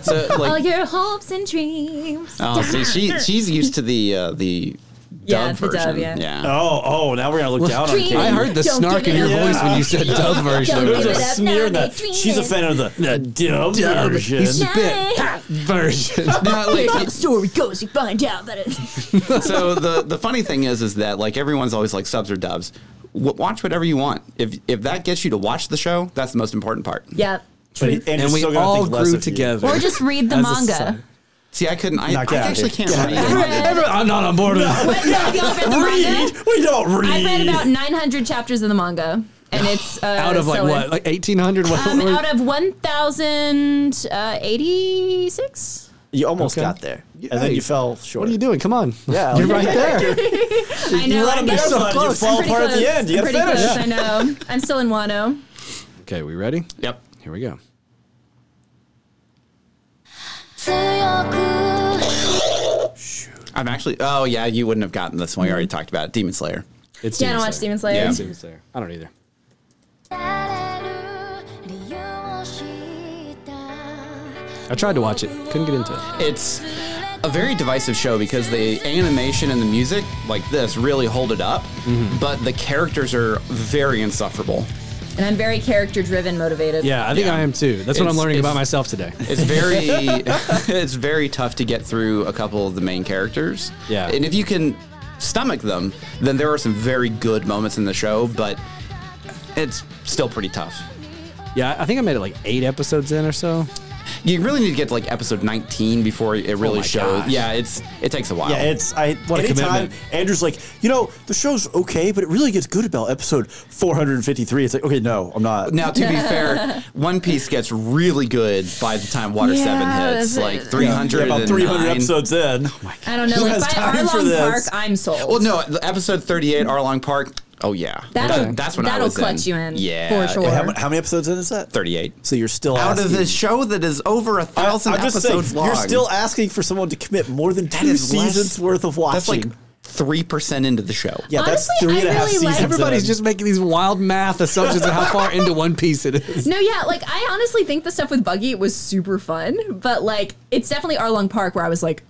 [SPEAKER 2] So,
[SPEAKER 6] All
[SPEAKER 2] like,
[SPEAKER 6] your hopes and dreams.
[SPEAKER 2] oh, see,
[SPEAKER 6] [laughs]
[SPEAKER 2] she, she's used to the uh, the
[SPEAKER 6] Yeah,
[SPEAKER 2] dub
[SPEAKER 6] the
[SPEAKER 2] version.
[SPEAKER 6] dub, yeah.
[SPEAKER 3] Oh, oh! Now we're gonna look down on
[SPEAKER 6] Dream.
[SPEAKER 3] Katie.
[SPEAKER 1] I heard the
[SPEAKER 6] Don't
[SPEAKER 1] snark
[SPEAKER 6] give
[SPEAKER 1] in
[SPEAKER 6] it
[SPEAKER 1] your
[SPEAKER 6] up.
[SPEAKER 1] voice when you said dub version.
[SPEAKER 6] Don't
[SPEAKER 1] It
[SPEAKER 3] There
[SPEAKER 1] was
[SPEAKER 3] was
[SPEAKER 1] a
[SPEAKER 6] give
[SPEAKER 3] a
[SPEAKER 6] it up
[SPEAKER 3] smear
[SPEAKER 6] now,
[SPEAKER 3] that
[SPEAKER 6] they dream
[SPEAKER 3] she's a
[SPEAKER 6] it.
[SPEAKER 3] fan of the, the dumb
[SPEAKER 1] dub
[SPEAKER 3] version.
[SPEAKER 1] spit version.
[SPEAKER 2] Now, like,
[SPEAKER 6] How the story goes, you find out that it.
[SPEAKER 1] Oh.
[SPEAKER 2] [laughs] so the the funny thing is, is that like everyone's always like subs or dubs. W- watch whatever you want. If if that gets you to watch the show, that's the most important part.
[SPEAKER 6] Yep.
[SPEAKER 3] But, and, you're
[SPEAKER 1] And we
[SPEAKER 3] still gonna
[SPEAKER 1] all
[SPEAKER 3] think less
[SPEAKER 1] grew
[SPEAKER 3] of you.
[SPEAKER 1] together.
[SPEAKER 6] Or just read the
[SPEAKER 1] As a
[SPEAKER 6] manga.
[SPEAKER 1] society.
[SPEAKER 2] See, I couldn't. I,
[SPEAKER 3] Knock
[SPEAKER 2] I
[SPEAKER 3] out
[SPEAKER 2] actually
[SPEAKER 3] here.
[SPEAKER 2] can't
[SPEAKER 1] [laughs]
[SPEAKER 2] read.
[SPEAKER 6] Read-
[SPEAKER 1] Everyone- I'm not on board with that.
[SPEAKER 6] Wait, no, y'all read the manga?
[SPEAKER 3] Read. We don't read.
[SPEAKER 6] I read about 900 chapters in the manga, and it's uh,
[SPEAKER 1] Out of like
[SPEAKER 6] so
[SPEAKER 1] what, like 1800? What-
[SPEAKER 6] Um, out of uh, 1,086?
[SPEAKER 3] you almost
[SPEAKER 1] Okay.
[SPEAKER 3] got there, and
[SPEAKER 1] Hey.
[SPEAKER 3] then you fell short.
[SPEAKER 1] what are you doing? Come on. [laughs]
[SPEAKER 3] Yeah,
[SPEAKER 1] you're
[SPEAKER 3] like-
[SPEAKER 1] right there.
[SPEAKER 6] I know.
[SPEAKER 3] You let
[SPEAKER 6] I
[SPEAKER 3] him
[SPEAKER 6] guess-
[SPEAKER 3] down,
[SPEAKER 1] so
[SPEAKER 3] but
[SPEAKER 1] close.
[SPEAKER 3] You
[SPEAKER 6] I'm
[SPEAKER 3] fall
[SPEAKER 6] pretty
[SPEAKER 3] apart at the
[SPEAKER 6] close.
[SPEAKER 3] end. You
[SPEAKER 6] I'm
[SPEAKER 3] gotta
[SPEAKER 6] pretty
[SPEAKER 3] finish.
[SPEAKER 6] close, I know. I'm still in Wano.
[SPEAKER 1] Okay, we ready?
[SPEAKER 2] Yep.
[SPEAKER 1] Here we go.
[SPEAKER 5] 強く
[SPEAKER 2] I'm actually. Oh yeah, you wouldn't have gotten this one. We already talked about it. Demon Slayer.
[SPEAKER 1] It's
[SPEAKER 6] Yeah,
[SPEAKER 1] Demon
[SPEAKER 6] I don't watch
[SPEAKER 1] Slayer.
[SPEAKER 6] Demon Slayer.
[SPEAKER 2] Yeah.
[SPEAKER 1] Demon Slayer. I don't either.
[SPEAKER 5] なれる理由を知った
[SPEAKER 1] I tried to watch it, couldn't get into it.
[SPEAKER 2] It's a very divisive show because the animation and the music, like this, really hold it up.
[SPEAKER 1] Mm-hmm.
[SPEAKER 2] But the characters are very insufferable.
[SPEAKER 6] And I'm very character driven, motivated.
[SPEAKER 1] Yeah, I think
[SPEAKER 2] Yeah.
[SPEAKER 1] I am too. That's what I'm
[SPEAKER 2] It's-
[SPEAKER 1] learning
[SPEAKER 2] it's-
[SPEAKER 1] about myself today.
[SPEAKER 2] It's
[SPEAKER 1] [laughs]
[SPEAKER 2] very [laughs] it's very tough to get through a couple of the main characters.
[SPEAKER 1] Yeah.
[SPEAKER 2] And if you can stomach them, then there are some very good moments in the show, but it's still pretty tough.
[SPEAKER 1] Yeah, I think I made it like eight episodes in or so.
[SPEAKER 2] You really need to get to like episode 19 before it
[SPEAKER 1] Oh
[SPEAKER 2] really
[SPEAKER 1] my
[SPEAKER 2] shows.
[SPEAKER 1] gosh.
[SPEAKER 2] Yeah, it's it takes a while.
[SPEAKER 3] Yeah, it's I.
[SPEAKER 1] What a
[SPEAKER 3] anytime
[SPEAKER 1] commitment.
[SPEAKER 3] Andrew's like, you know, the show's okay, but it really gets good about episode 453. It's like, okay, no, I'm not.
[SPEAKER 2] now to be
[SPEAKER 6] [laughs]
[SPEAKER 2] fair, One Piece gets really good by the time Water
[SPEAKER 6] Yeah,
[SPEAKER 2] 7 hits,
[SPEAKER 6] that's
[SPEAKER 2] like
[SPEAKER 6] it.
[SPEAKER 3] Yeah,
[SPEAKER 2] 300
[SPEAKER 3] about 300 episodes in.
[SPEAKER 6] I don't know.
[SPEAKER 3] Who
[SPEAKER 6] Like,
[SPEAKER 3] has
[SPEAKER 6] by
[SPEAKER 3] time for
[SPEAKER 6] Arlong
[SPEAKER 3] this?
[SPEAKER 6] Park, I'm sold.
[SPEAKER 2] Well, no, the episode 38 Arlong Park. Oh yeah.
[SPEAKER 6] That'll-
[SPEAKER 2] That- that's when I
[SPEAKER 6] that'll
[SPEAKER 2] was
[SPEAKER 6] clutch you in,
[SPEAKER 2] Yeah.
[SPEAKER 6] for sure.
[SPEAKER 3] How, mu- how many episodes in is that?
[SPEAKER 2] 38.
[SPEAKER 3] So you're still
[SPEAKER 2] out
[SPEAKER 3] asking,
[SPEAKER 2] of a show that is over a
[SPEAKER 3] I-
[SPEAKER 2] thousand
[SPEAKER 3] I'm just saying,
[SPEAKER 2] episodes long.
[SPEAKER 3] You're still asking for someone to commit more than
[SPEAKER 2] That
[SPEAKER 3] two
[SPEAKER 2] is less-
[SPEAKER 3] seasons worth of watching.
[SPEAKER 2] that's like three percent into the show.
[SPEAKER 3] yeah, that's
[SPEAKER 6] Honestly,
[SPEAKER 3] three
[SPEAKER 6] I
[SPEAKER 3] and a half
[SPEAKER 6] really like-
[SPEAKER 3] seasons.
[SPEAKER 1] Everybody's
[SPEAKER 3] in.
[SPEAKER 1] just making these wild math assumptions of how [laughs] far into One Piece it is.
[SPEAKER 6] No, yeah, like I honestly think the stuff with Buggy was super fun, but like it's definitely Arlong Park where I was like,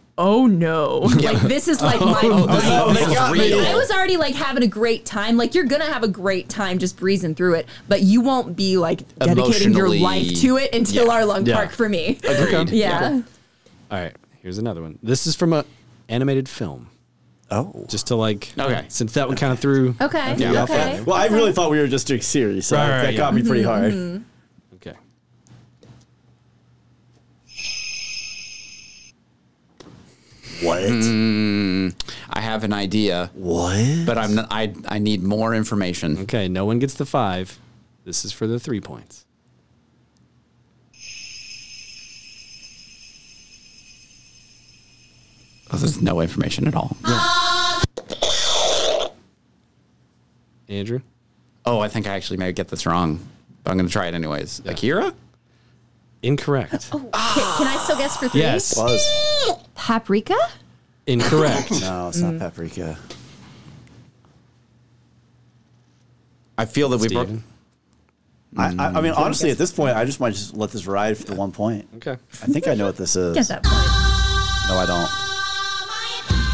[SPEAKER 2] [laughs]
[SPEAKER 6] oh no, like this is like my.
[SPEAKER 3] Oh,
[SPEAKER 2] This
[SPEAKER 3] [laughs] they
[SPEAKER 2] is
[SPEAKER 3] got me.
[SPEAKER 2] real.
[SPEAKER 6] I was already like having a great time. Like you're gonna have a great time just breezing through it, but you won't be like dedicating your
[SPEAKER 2] Emotionally-
[SPEAKER 6] life to it until
[SPEAKER 2] Yeah.
[SPEAKER 6] Arlong
[SPEAKER 1] Yeah.
[SPEAKER 6] Park for me.
[SPEAKER 2] Agreed.
[SPEAKER 6] [laughs] Yeah.
[SPEAKER 1] All right, here's another one. This is from a animated film.
[SPEAKER 3] Oh.
[SPEAKER 1] Just to like,
[SPEAKER 2] Okay.
[SPEAKER 1] since that one kind of threw.
[SPEAKER 6] Okay.
[SPEAKER 2] Yeah.
[SPEAKER 6] Okay.
[SPEAKER 3] Well, I really thought we were just doing series, so
[SPEAKER 1] Right, right,
[SPEAKER 3] that
[SPEAKER 1] yeah.
[SPEAKER 3] got me pretty hard.
[SPEAKER 1] Okay.
[SPEAKER 3] What?
[SPEAKER 2] I have an idea,
[SPEAKER 3] What?
[SPEAKER 2] but I'm not, I I need more information.
[SPEAKER 1] Okay, no one gets the five. This is for the three points.
[SPEAKER 2] Oh, there's no information at all.
[SPEAKER 1] Andrew?
[SPEAKER 2] Oh, I think I actually may get this wrong. But I'm going to try it anyways. Akira?
[SPEAKER 1] Incorrect.
[SPEAKER 6] Oh, Can, can I still guess for three?
[SPEAKER 1] Yes.
[SPEAKER 3] Buzz.
[SPEAKER 6] Paprika.
[SPEAKER 2] [laughs]
[SPEAKER 1] Incorrect.
[SPEAKER 3] No, it's not paprika.
[SPEAKER 2] I feel that we brought.
[SPEAKER 1] Steven?
[SPEAKER 3] I, I, I mean, honestly, at this point, I just might just let this ride for the one point.
[SPEAKER 1] Okay.
[SPEAKER 3] I think I know what this is.
[SPEAKER 6] Get that point.
[SPEAKER 3] No, I don't.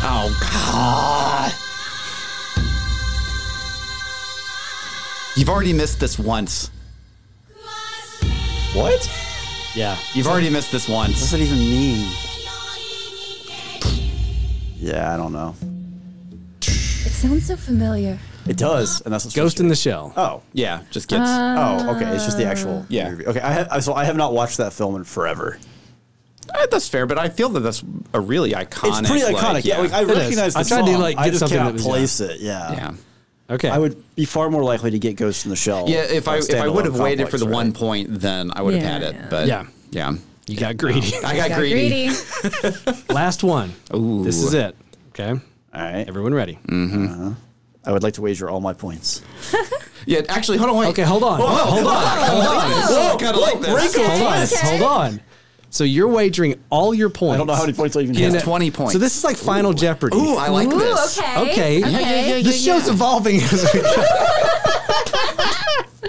[SPEAKER 2] Oh God!
[SPEAKER 7] You've already missed this once.
[SPEAKER 3] What?
[SPEAKER 1] Yeah.
[SPEAKER 7] You've already missed this
[SPEAKER 3] What does
[SPEAKER 7] once.
[SPEAKER 3] that even mean? Yeah, I don't know.
[SPEAKER 6] It sounds so familiar.
[SPEAKER 3] It does, and that's what's
[SPEAKER 1] Ghost in the Shell.
[SPEAKER 3] Oh,
[SPEAKER 2] Yeah, just gets.
[SPEAKER 3] oh, okay. It's just the actual
[SPEAKER 2] Yeah.
[SPEAKER 3] movie. Okay, I have, so I have not watched that film in forever.
[SPEAKER 2] Eh, that's fair, but I feel that that's a really iconic.
[SPEAKER 3] it's pretty iconic.
[SPEAKER 2] like,
[SPEAKER 3] yeah, like, I
[SPEAKER 1] is.
[SPEAKER 3] recognize. The
[SPEAKER 1] I tried to,
[SPEAKER 3] song.
[SPEAKER 1] like,
[SPEAKER 3] I
[SPEAKER 1] get
[SPEAKER 3] just
[SPEAKER 1] something
[SPEAKER 3] cannot
[SPEAKER 1] that was-
[SPEAKER 3] place it. Yeah.
[SPEAKER 2] yeah.
[SPEAKER 1] Okay.
[SPEAKER 3] I would be far more likely to get Ghost in the Shell.
[SPEAKER 2] Yeah, if I
[SPEAKER 3] like,
[SPEAKER 2] if I
[SPEAKER 3] standalone
[SPEAKER 2] would have waited for
[SPEAKER 3] complex,
[SPEAKER 2] the
[SPEAKER 3] right?
[SPEAKER 2] one point, then I would have
[SPEAKER 6] Yeah,
[SPEAKER 2] had it.
[SPEAKER 6] yeah.
[SPEAKER 2] But
[SPEAKER 1] Yeah.
[SPEAKER 2] yeah,
[SPEAKER 1] You got greedy.
[SPEAKER 2] I got, greedy.
[SPEAKER 1] [laughs]
[SPEAKER 2] [laughs]
[SPEAKER 1] Last one.
[SPEAKER 2] Ooh. Mm.
[SPEAKER 1] This is it. Okay.
[SPEAKER 3] All right,
[SPEAKER 1] Everyone ready?
[SPEAKER 3] I would like to wager all my points.
[SPEAKER 2] Yeah, actually, hold on. Wait.
[SPEAKER 1] Okay, hold on.
[SPEAKER 2] Whoa, hold on. Hold on. Whoa, kind of like this.
[SPEAKER 1] Hold on. Hold on. So you're wagering all your points.
[SPEAKER 3] I don't know how many points I even
[SPEAKER 2] He
[SPEAKER 3] have.
[SPEAKER 2] has 20 points.
[SPEAKER 1] So this is like Final Jeopardy.
[SPEAKER 2] Ooh, I like
[SPEAKER 6] Ooh,
[SPEAKER 2] this.
[SPEAKER 6] okay.
[SPEAKER 1] Okay.
[SPEAKER 2] Yeah, yeah, yeah,
[SPEAKER 1] This
[SPEAKER 2] yeah,
[SPEAKER 1] show's evolving as we
[SPEAKER 2] [laughs]
[SPEAKER 1] go.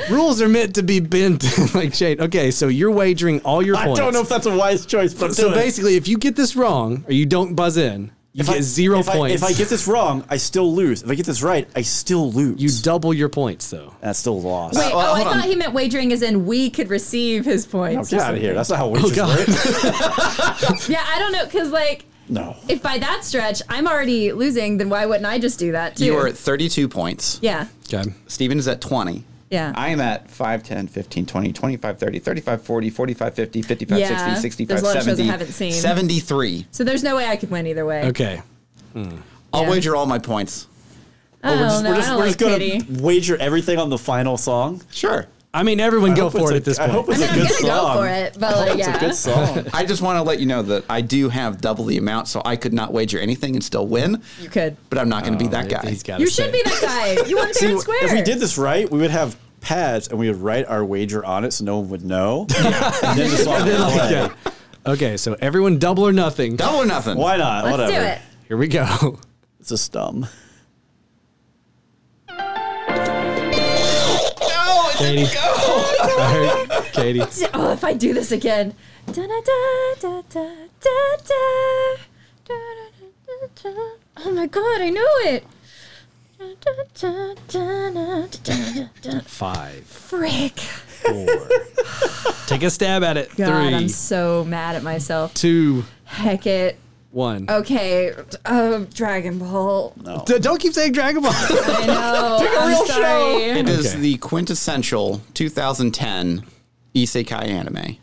[SPEAKER 1] Rules are meant to be bent [laughs] like shade. Okay, so you're wagering all your
[SPEAKER 3] I
[SPEAKER 1] points.
[SPEAKER 3] don't know if that's a wise choice, but
[SPEAKER 1] so
[SPEAKER 3] do it.
[SPEAKER 1] basically, if you get this wrong or you don't buzz in, you
[SPEAKER 3] If
[SPEAKER 1] get
[SPEAKER 3] I-
[SPEAKER 1] zero
[SPEAKER 3] if I-
[SPEAKER 1] points.
[SPEAKER 3] if I get this wrong, I still lose. If I get this right, I still lose.
[SPEAKER 1] you double your points though.
[SPEAKER 3] That's still a loss.
[SPEAKER 6] Wait,
[SPEAKER 2] Uh, well,
[SPEAKER 6] oh, I
[SPEAKER 2] hold on.
[SPEAKER 6] thought he meant wagering as in we could receive his
[SPEAKER 3] No,
[SPEAKER 6] points.
[SPEAKER 3] get
[SPEAKER 6] or
[SPEAKER 3] out of here. That's not how
[SPEAKER 1] Oh
[SPEAKER 3] wagers
[SPEAKER 1] god. [laughs]
[SPEAKER 3] work.
[SPEAKER 6] something. Yeah, I don't know, because like,
[SPEAKER 3] No.
[SPEAKER 6] if by that stretch I'm already losing, then why wouldn't I just do that too?
[SPEAKER 2] You are at 32 points.
[SPEAKER 6] yeah,
[SPEAKER 1] okay.
[SPEAKER 2] Steven is at 20.
[SPEAKER 6] yeah.
[SPEAKER 7] I am at 5, 10, 15, 20, 25, 30, 35, 40, 45, 50, 55,
[SPEAKER 6] Yeah,
[SPEAKER 7] 60, 65,
[SPEAKER 6] there's a lot of shows I
[SPEAKER 7] 70,
[SPEAKER 6] haven't seen.
[SPEAKER 2] 73.
[SPEAKER 6] so there's no way I could win either way.
[SPEAKER 1] Okay.
[SPEAKER 2] I'll
[SPEAKER 6] Yeah.
[SPEAKER 2] wager all my points.
[SPEAKER 6] Oh,
[SPEAKER 3] we're just,
[SPEAKER 6] no,
[SPEAKER 3] we're just,
[SPEAKER 6] I don't
[SPEAKER 3] we're
[SPEAKER 6] like
[SPEAKER 3] just
[SPEAKER 6] pity.
[SPEAKER 3] gonna wager everything on the final song.
[SPEAKER 2] Sure.
[SPEAKER 1] I mean, everyone go
[SPEAKER 3] hope
[SPEAKER 1] for
[SPEAKER 3] it's
[SPEAKER 1] it
[SPEAKER 3] a-
[SPEAKER 1] at this
[SPEAKER 3] I
[SPEAKER 1] point.
[SPEAKER 3] hope
[SPEAKER 6] I
[SPEAKER 3] it's
[SPEAKER 6] mean,
[SPEAKER 3] a
[SPEAKER 6] I'm
[SPEAKER 3] good
[SPEAKER 6] gonna
[SPEAKER 3] song.
[SPEAKER 6] go for it, but like, yeah.
[SPEAKER 3] It's a good song.
[SPEAKER 2] I just want to let you know that I do have double the amount, so I could not wager anything and still win.
[SPEAKER 6] [laughs] You could.
[SPEAKER 2] But I'm not going to be that guy.
[SPEAKER 1] Oh, [laughs] He's gotta
[SPEAKER 6] You
[SPEAKER 1] say
[SPEAKER 6] should
[SPEAKER 1] it.
[SPEAKER 6] be that guy. You won fair and square.
[SPEAKER 3] if we did this right, we would have pads and we would write our wager on it so no one would know. and then the song would play.
[SPEAKER 1] [laughs] Okay. Okay, so everyone double or nothing.
[SPEAKER 2] Double or nothing.
[SPEAKER 3] Why not?
[SPEAKER 6] Let's
[SPEAKER 3] Whatever.
[SPEAKER 6] do it.
[SPEAKER 1] Here we go. [laughs]
[SPEAKER 3] It's just dumb.
[SPEAKER 1] Katie. All right,
[SPEAKER 6] [laughs]
[SPEAKER 1] Katie.
[SPEAKER 6] D- Oh, if I do this again. Da, da, da, da, da, da, da. Da, da, da, da, da. Oh my god, I know it. Da, da, da, da, da, da, da, da.
[SPEAKER 1] Five,
[SPEAKER 6] Frick.
[SPEAKER 1] four. Take a stab at it.
[SPEAKER 6] God, I'm
[SPEAKER 1] Three,
[SPEAKER 6] so mad at myself.
[SPEAKER 1] two,
[SPEAKER 6] Heck it.
[SPEAKER 1] one.
[SPEAKER 6] Okay. Oh, Dragon Ball.
[SPEAKER 3] No.
[SPEAKER 1] D- Don't keep saying Dragon Ball. [laughs]
[SPEAKER 6] I
[SPEAKER 3] [laughs]
[SPEAKER 6] know. I'm sorry.
[SPEAKER 2] It is
[SPEAKER 1] Okay.
[SPEAKER 2] the quintessential 2010 isekai anime.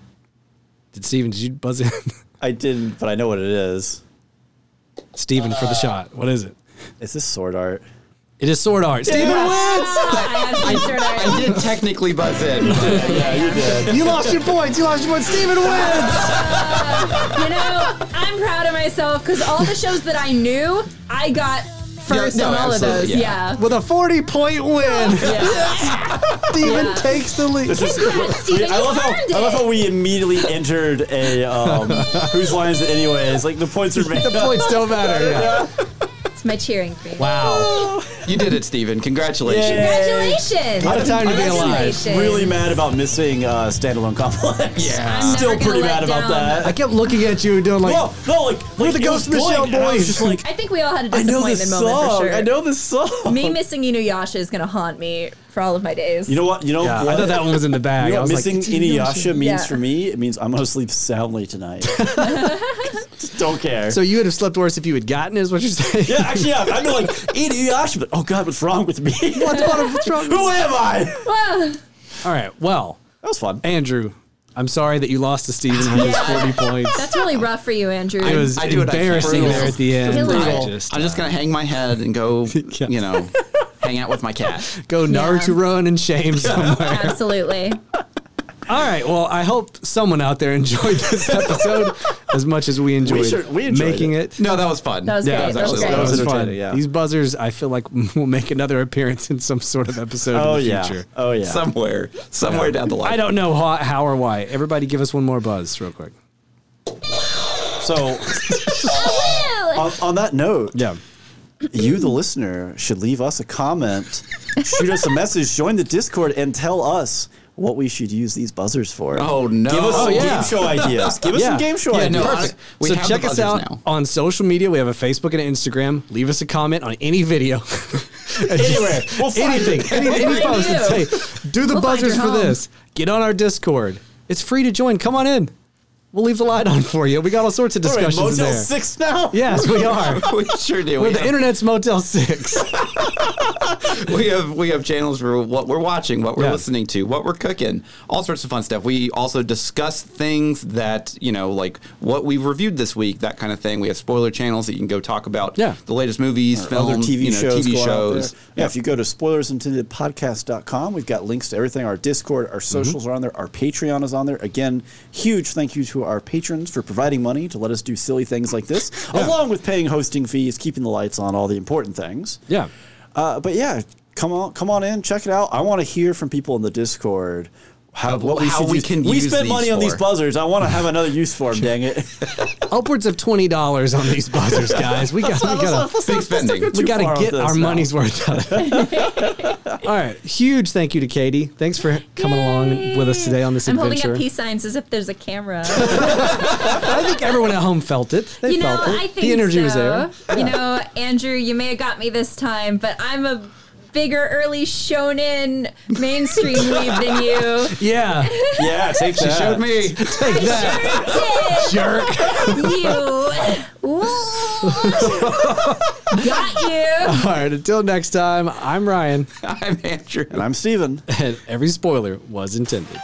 [SPEAKER 1] did Steven, did you buzz in? [laughs]
[SPEAKER 3] I didn't, but I know what it is.
[SPEAKER 1] Steven for the shot. What is it?
[SPEAKER 3] Is this sword art?
[SPEAKER 1] It is Sword Art. Steven wins!
[SPEAKER 6] I have censored
[SPEAKER 2] I did technically buzz in. but-
[SPEAKER 1] You lost your points. You lost your points. Steven wins!
[SPEAKER 6] You know, I'm proud of myself because all the shows that I knew, I got first
[SPEAKER 2] no,
[SPEAKER 6] on all of
[SPEAKER 2] absolutely,
[SPEAKER 6] those.
[SPEAKER 2] yeah.
[SPEAKER 6] Yeah.
[SPEAKER 1] With a 40 point
[SPEAKER 6] [laughs]
[SPEAKER 1] win,
[SPEAKER 3] [laughs]
[SPEAKER 6] Yeah.
[SPEAKER 1] Steven takes the lead.
[SPEAKER 6] Congrats, Steven,
[SPEAKER 3] I
[SPEAKER 6] you
[SPEAKER 3] love how
[SPEAKER 6] earned
[SPEAKER 3] I love
[SPEAKER 6] it.
[SPEAKER 3] how we immediately entered a um, whose line is it anyways? Like the points are made.
[SPEAKER 1] The points
[SPEAKER 3] [laughs]
[SPEAKER 1] don't matter. Yeah.
[SPEAKER 6] It's my cheering for you.
[SPEAKER 1] Wow.
[SPEAKER 2] you did it, Steven. Congratulations.
[SPEAKER 3] Yeah.
[SPEAKER 6] Congratulations.
[SPEAKER 1] What a time to be alive.
[SPEAKER 6] Congratulations.
[SPEAKER 3] Really mad about missing uh, standalone complex.
[SPEAKER 2] Yeah.
[SPEAKER 6] I'm
[SPEAKER 3] Still
[SPEAKER 6] never gonna
[SPEAKER 3] pretty
[SPEAKER 6] let
[SPEAKER 3] mad about
[SPEAKER 6] down.
[SPEAKER 1] I
[SPEAKER 3] that.
[SPEAKER 1] kept looking at you and doing like,
[SPEAKER 3] Well, no, like we're
[SPEAKER 1] the Ghost in the Shell boys.
[SPEAKER 3] Just like
[SPEAKER 6] I think we all had a
[SPEAKER 3] I know
[SPEAKER 6] disappointment
[SPEAKER 3] this
[SPEAKER 6] moment
[SPEAKER 3] song.
[SPEAKER 6] for sure.
[SPEAKER 3] I know this song.
[SPEAKER 6] Me missing Inuyasha is going to haunt me for all of my days.
[SPEAKER 3] [laughs] You know what? You know
[SPEAKER 1] yeah, I
[SPEAKER 3] what?
[SPEAKER 1] thought that one was in the bag.
[SPEAKER 3] You know
[SPEAKER 1] I
[SPEAKER 3] what
[SPEAKER 1] was
[SPEAKER 3] missing
[SPEAKER 1] like,
[SPEAKER 3] Inuyasha means
[SPEAKER 6] Yeah.
[SPEAKER 3] for me? It means I'm gonna sleep
[SPEAKER 1] [laughs]
[SPEAKER 3] soundly tonight. [laughs] Just don't care.
[SPEAKER 1] so you would have slept worse if you had gotten, it, is what you're saying?
[SPEAKER 3] yeah, actually, yeah. I'm like Inuyasha, but oh god, what's wrong with me?
[SPEAKER 1] What's, what, [laughs] what's wrong?
[SPEAKER 3] [laughs] Who am I? That
[SPEAKER 1] All right. Well,
[SPEAKER 3] was fun.
[SPEAKER 1] Andrew, I'm sorry that you lost to Steven with his 40 points.
[SPEAKER 6] That's really rougff for you, Andrew.
[SPEAKER 1] It was
[SPEAKER 2] I do what I can.
[SPEAKER 1] embarrassing there at the end.
[SPEAKER 6] Brutal.
[SPEAKER 1] I
[SPEAKER 6] Brutal.
[SPEAKER 1] just-
[SPEAKER 2] I'm just going to hang my head and go,
[SPEAKER 1] [laughs]
[SPEAKER 2] you know, hang out with my cat.
[SPEAKER 1] go Naruto run and shame somewhere.
[SPEAKER 6] Absolutely.
[SPEAKER 1] All right. Well, I hope someone out there enjoyed this episode as much as we enjoyed,
[SPEAKER 3] sure- we enjoyed
[SPEAKER 1] making it.
[SPEAKER 2] No, that was fun.
[SPEAKER 6] That was
[SPEAKER 1] Yeah,
[SPEAKER 6] great. That was,
[SPEAKER 2] actually-
[SPEAKER 6] great.
[SPEAKER 3] that was
[SPEAKER 1] It was fun.
[SPEAKER 3] entertaining, yeah.
[SPEAKER 1] These buzzers, I feel like, [laughs] will make another appearance in some sort of episode
[SPEAKER 3] Oh
[SPEAKER 1] in the
[SPEAKER 3] yeah.
[SPEAKER 1] future.
[SPEAKER 3] Oh yeah.
[SPEAKER 2] Somewhere, somewhere down the line.
[SPEAKER 1] I
[SPEAKER 2] [laughs]
[SPEAKER 1] don't know how, how or why. Everybody, give us one more buzz, real quick. [laughs]
[SPEAKER 3] so [laughs] on, on that note,
[SPEAKER 1] Yeah.
[SPEAKER 3] you the listener should leave us a comment, shoot us a message, join the Discord, and tell us what we should use these buzzers for.
[SPEAKER 2] Oh no!
[SPEAKER 3] Give us
[SPEAKER 1] Oh,
[SPEAKER 3] some
[SPEAKER 1] yeah.
[SPEAKER 3] game show ideas. Give us some game show
[SPEAKER 1] Yeah, no,
[SPEAKER 3] ideas.
[SPEAKER 2] Perfect.
[SPEAKER 1] I-
[SPEAKER 2] We
[SPEAKER 1] so
[SPEAKER 2] have the
[SPEAKER 1] check us
[SPEAKER 2] buzzers
[SPEAKER 1] out
[SPEAKER 2] now.
[SPEAKER 1] on social media. We have a Facebook and an Instagram. Leave us a comment on any video. [laughs] Anywhere.
[SPEAKER 3] we'll find
[SPEAKER 1] anything. Any, any post and say, do the
[SPEAKER 6] We'll find
[SPEAKER 1] buzzers
[SPEAKER 6] your
[SPEAKER 1] for
[SPEAKER 6] home."
[SPEAKER 1] this. Get on our Discord. It's free to join. Come on in. We'll leave the light on for you. We got all sorts of
[SPEAKER 3] All right,
[SPEAKER 1] discussions in
[SPEAKER 3] Motel
[SPEAKER 1] there.
[SPEAKER 3] Six now.
[SPEAKER 1] Yes, we
[SPEAKER 2] [laughs]
[SPEAKER 1] are.
[SPEAKER 2] we sure do.
[SPEAKER 1] We're
[SPEAKER 2] We
[SPEAKER 1] the
[SPEAKER 2] have,
[SPEAKER 1] internet's Motel 6.
[SPEAKER 2] we have we have channels for what we're watching, what we're
[SPEAKER 1] Yeah.
[SPEAKER 2] listening to, what we're cooking, all sorts of fun stuff. We also discuss things that you know, like what we've reviewed this week, that kind of thing. We have spoiler channels that you can go talk about.
[SPEAKER 1] Yeah.
[SPEAKER 2] the latest movies, film,
[SPEAKER 3] Other TV
[SPEAKER 2] you know,
[SPEAKER 3] shows.
[SPEAKER 2] TV
[SPEAKER 3] going out
[SPEAKER 2] shows.
[SPEAKER 3] there. Yeah, if you go to spoilersintendedpodcast.com, we've got links to everything. Our Discord, our
[SPEAKER 1] Mm-hmm.
[SPEAKER 3] socials are on there. Our Patreon is on there. Again, huge thank you to our patrons for providing money to let us do silly things like this, along with paying hosting fees, keeping the lights on, all the important things.
[SPEAKER 1] Yeah.
[SPEAKER 3] Uh, but yeah, come on, come on in, check it out. I want to hear from people in the Discord. How,
[SPEAKER 2] Of
[SPEAKER 3] what we,
[SPEAKER 2] how
[SPEAKER 3] should
[SPEAKER 2] we
[SPEAKER 3] use.
[SPEAKER 2] can
[SPEAKER 3] we
[SPEAKER 2] use
[SPEAKER 3] spend
[SPEAKER 2] these
[SPEAKER 3] money on
[SPEAKER 2] for.
[SPEAKER 3] these buzzers. I want to have another use for
[SPEAKER 2] [laughs]
[SPEAKER 3] them. dang it!
[SPEAKER 1] Upwards of $20 on these buzzers, guys. We got, we got a
[SPEAKER 2] Big spending.
[SPEAKER 1] we
[SPEAKER 3] too
[SPEAKER 1] got
[SPEAKER 3] far
[SPEAKER 1] to
[SPEAKER 3] with
[SPEAKER 1] get
[SPEAKER 3] this
[SPEAKER 1] our
[SPEAKER 3] now.
[SPEAKER 1] money's worth out of
[SPEAKER 6] [laughs]
[SPEAKER 1] it. All right. Huge thank you to Katie. Thanks for coming along with us today on this
[SPEAKER 6] I'm holding
[SPEAKER 1] adventure.
[SPEAKER 6] up peace signs as if there's
[SPEAKER 1] [laughs]
[SPEAKER 6] a camera.
[SPEAKER 1] I think everyone at home felt it. They
[SPEAKER 6] you know,
[SPEAKER 1] felt it.
[SPEAKER 6] I think
[SPEAKER 1] the energy
[SPEAKER 6] so.
[SPEAKER 1] was there.
[SPEAKER 6] You know, Andrew, you may have got me this time, but I'm a bigger early shonen mainstream
[SPEAKER 1] [laughs]
[SPEAKER 6] lead than you. [laughs]
[SPEAKER 1] Yeah.
[SPEAKER 3] [laughs] yeah, take
[SPEAKER 2] She showed me.
[SPEAKER 1] Take that,
[SPEAKER 6] Sure
[SPEAKER 1] [laughs] jerk.
[SPEAKER 6] did. you.
[SPEAKER 1] [laughs]
[SPEAKER 6] [laughs] Ooh. got you.
[SPEAKER 1] All right. Until next time, I'm Ryan,
[SPEAKER 2] [laughs] I'm Andrew.
[SPEAKER 3] And I'm Steven.
[SPEAKER 1] and every spoiler was intended.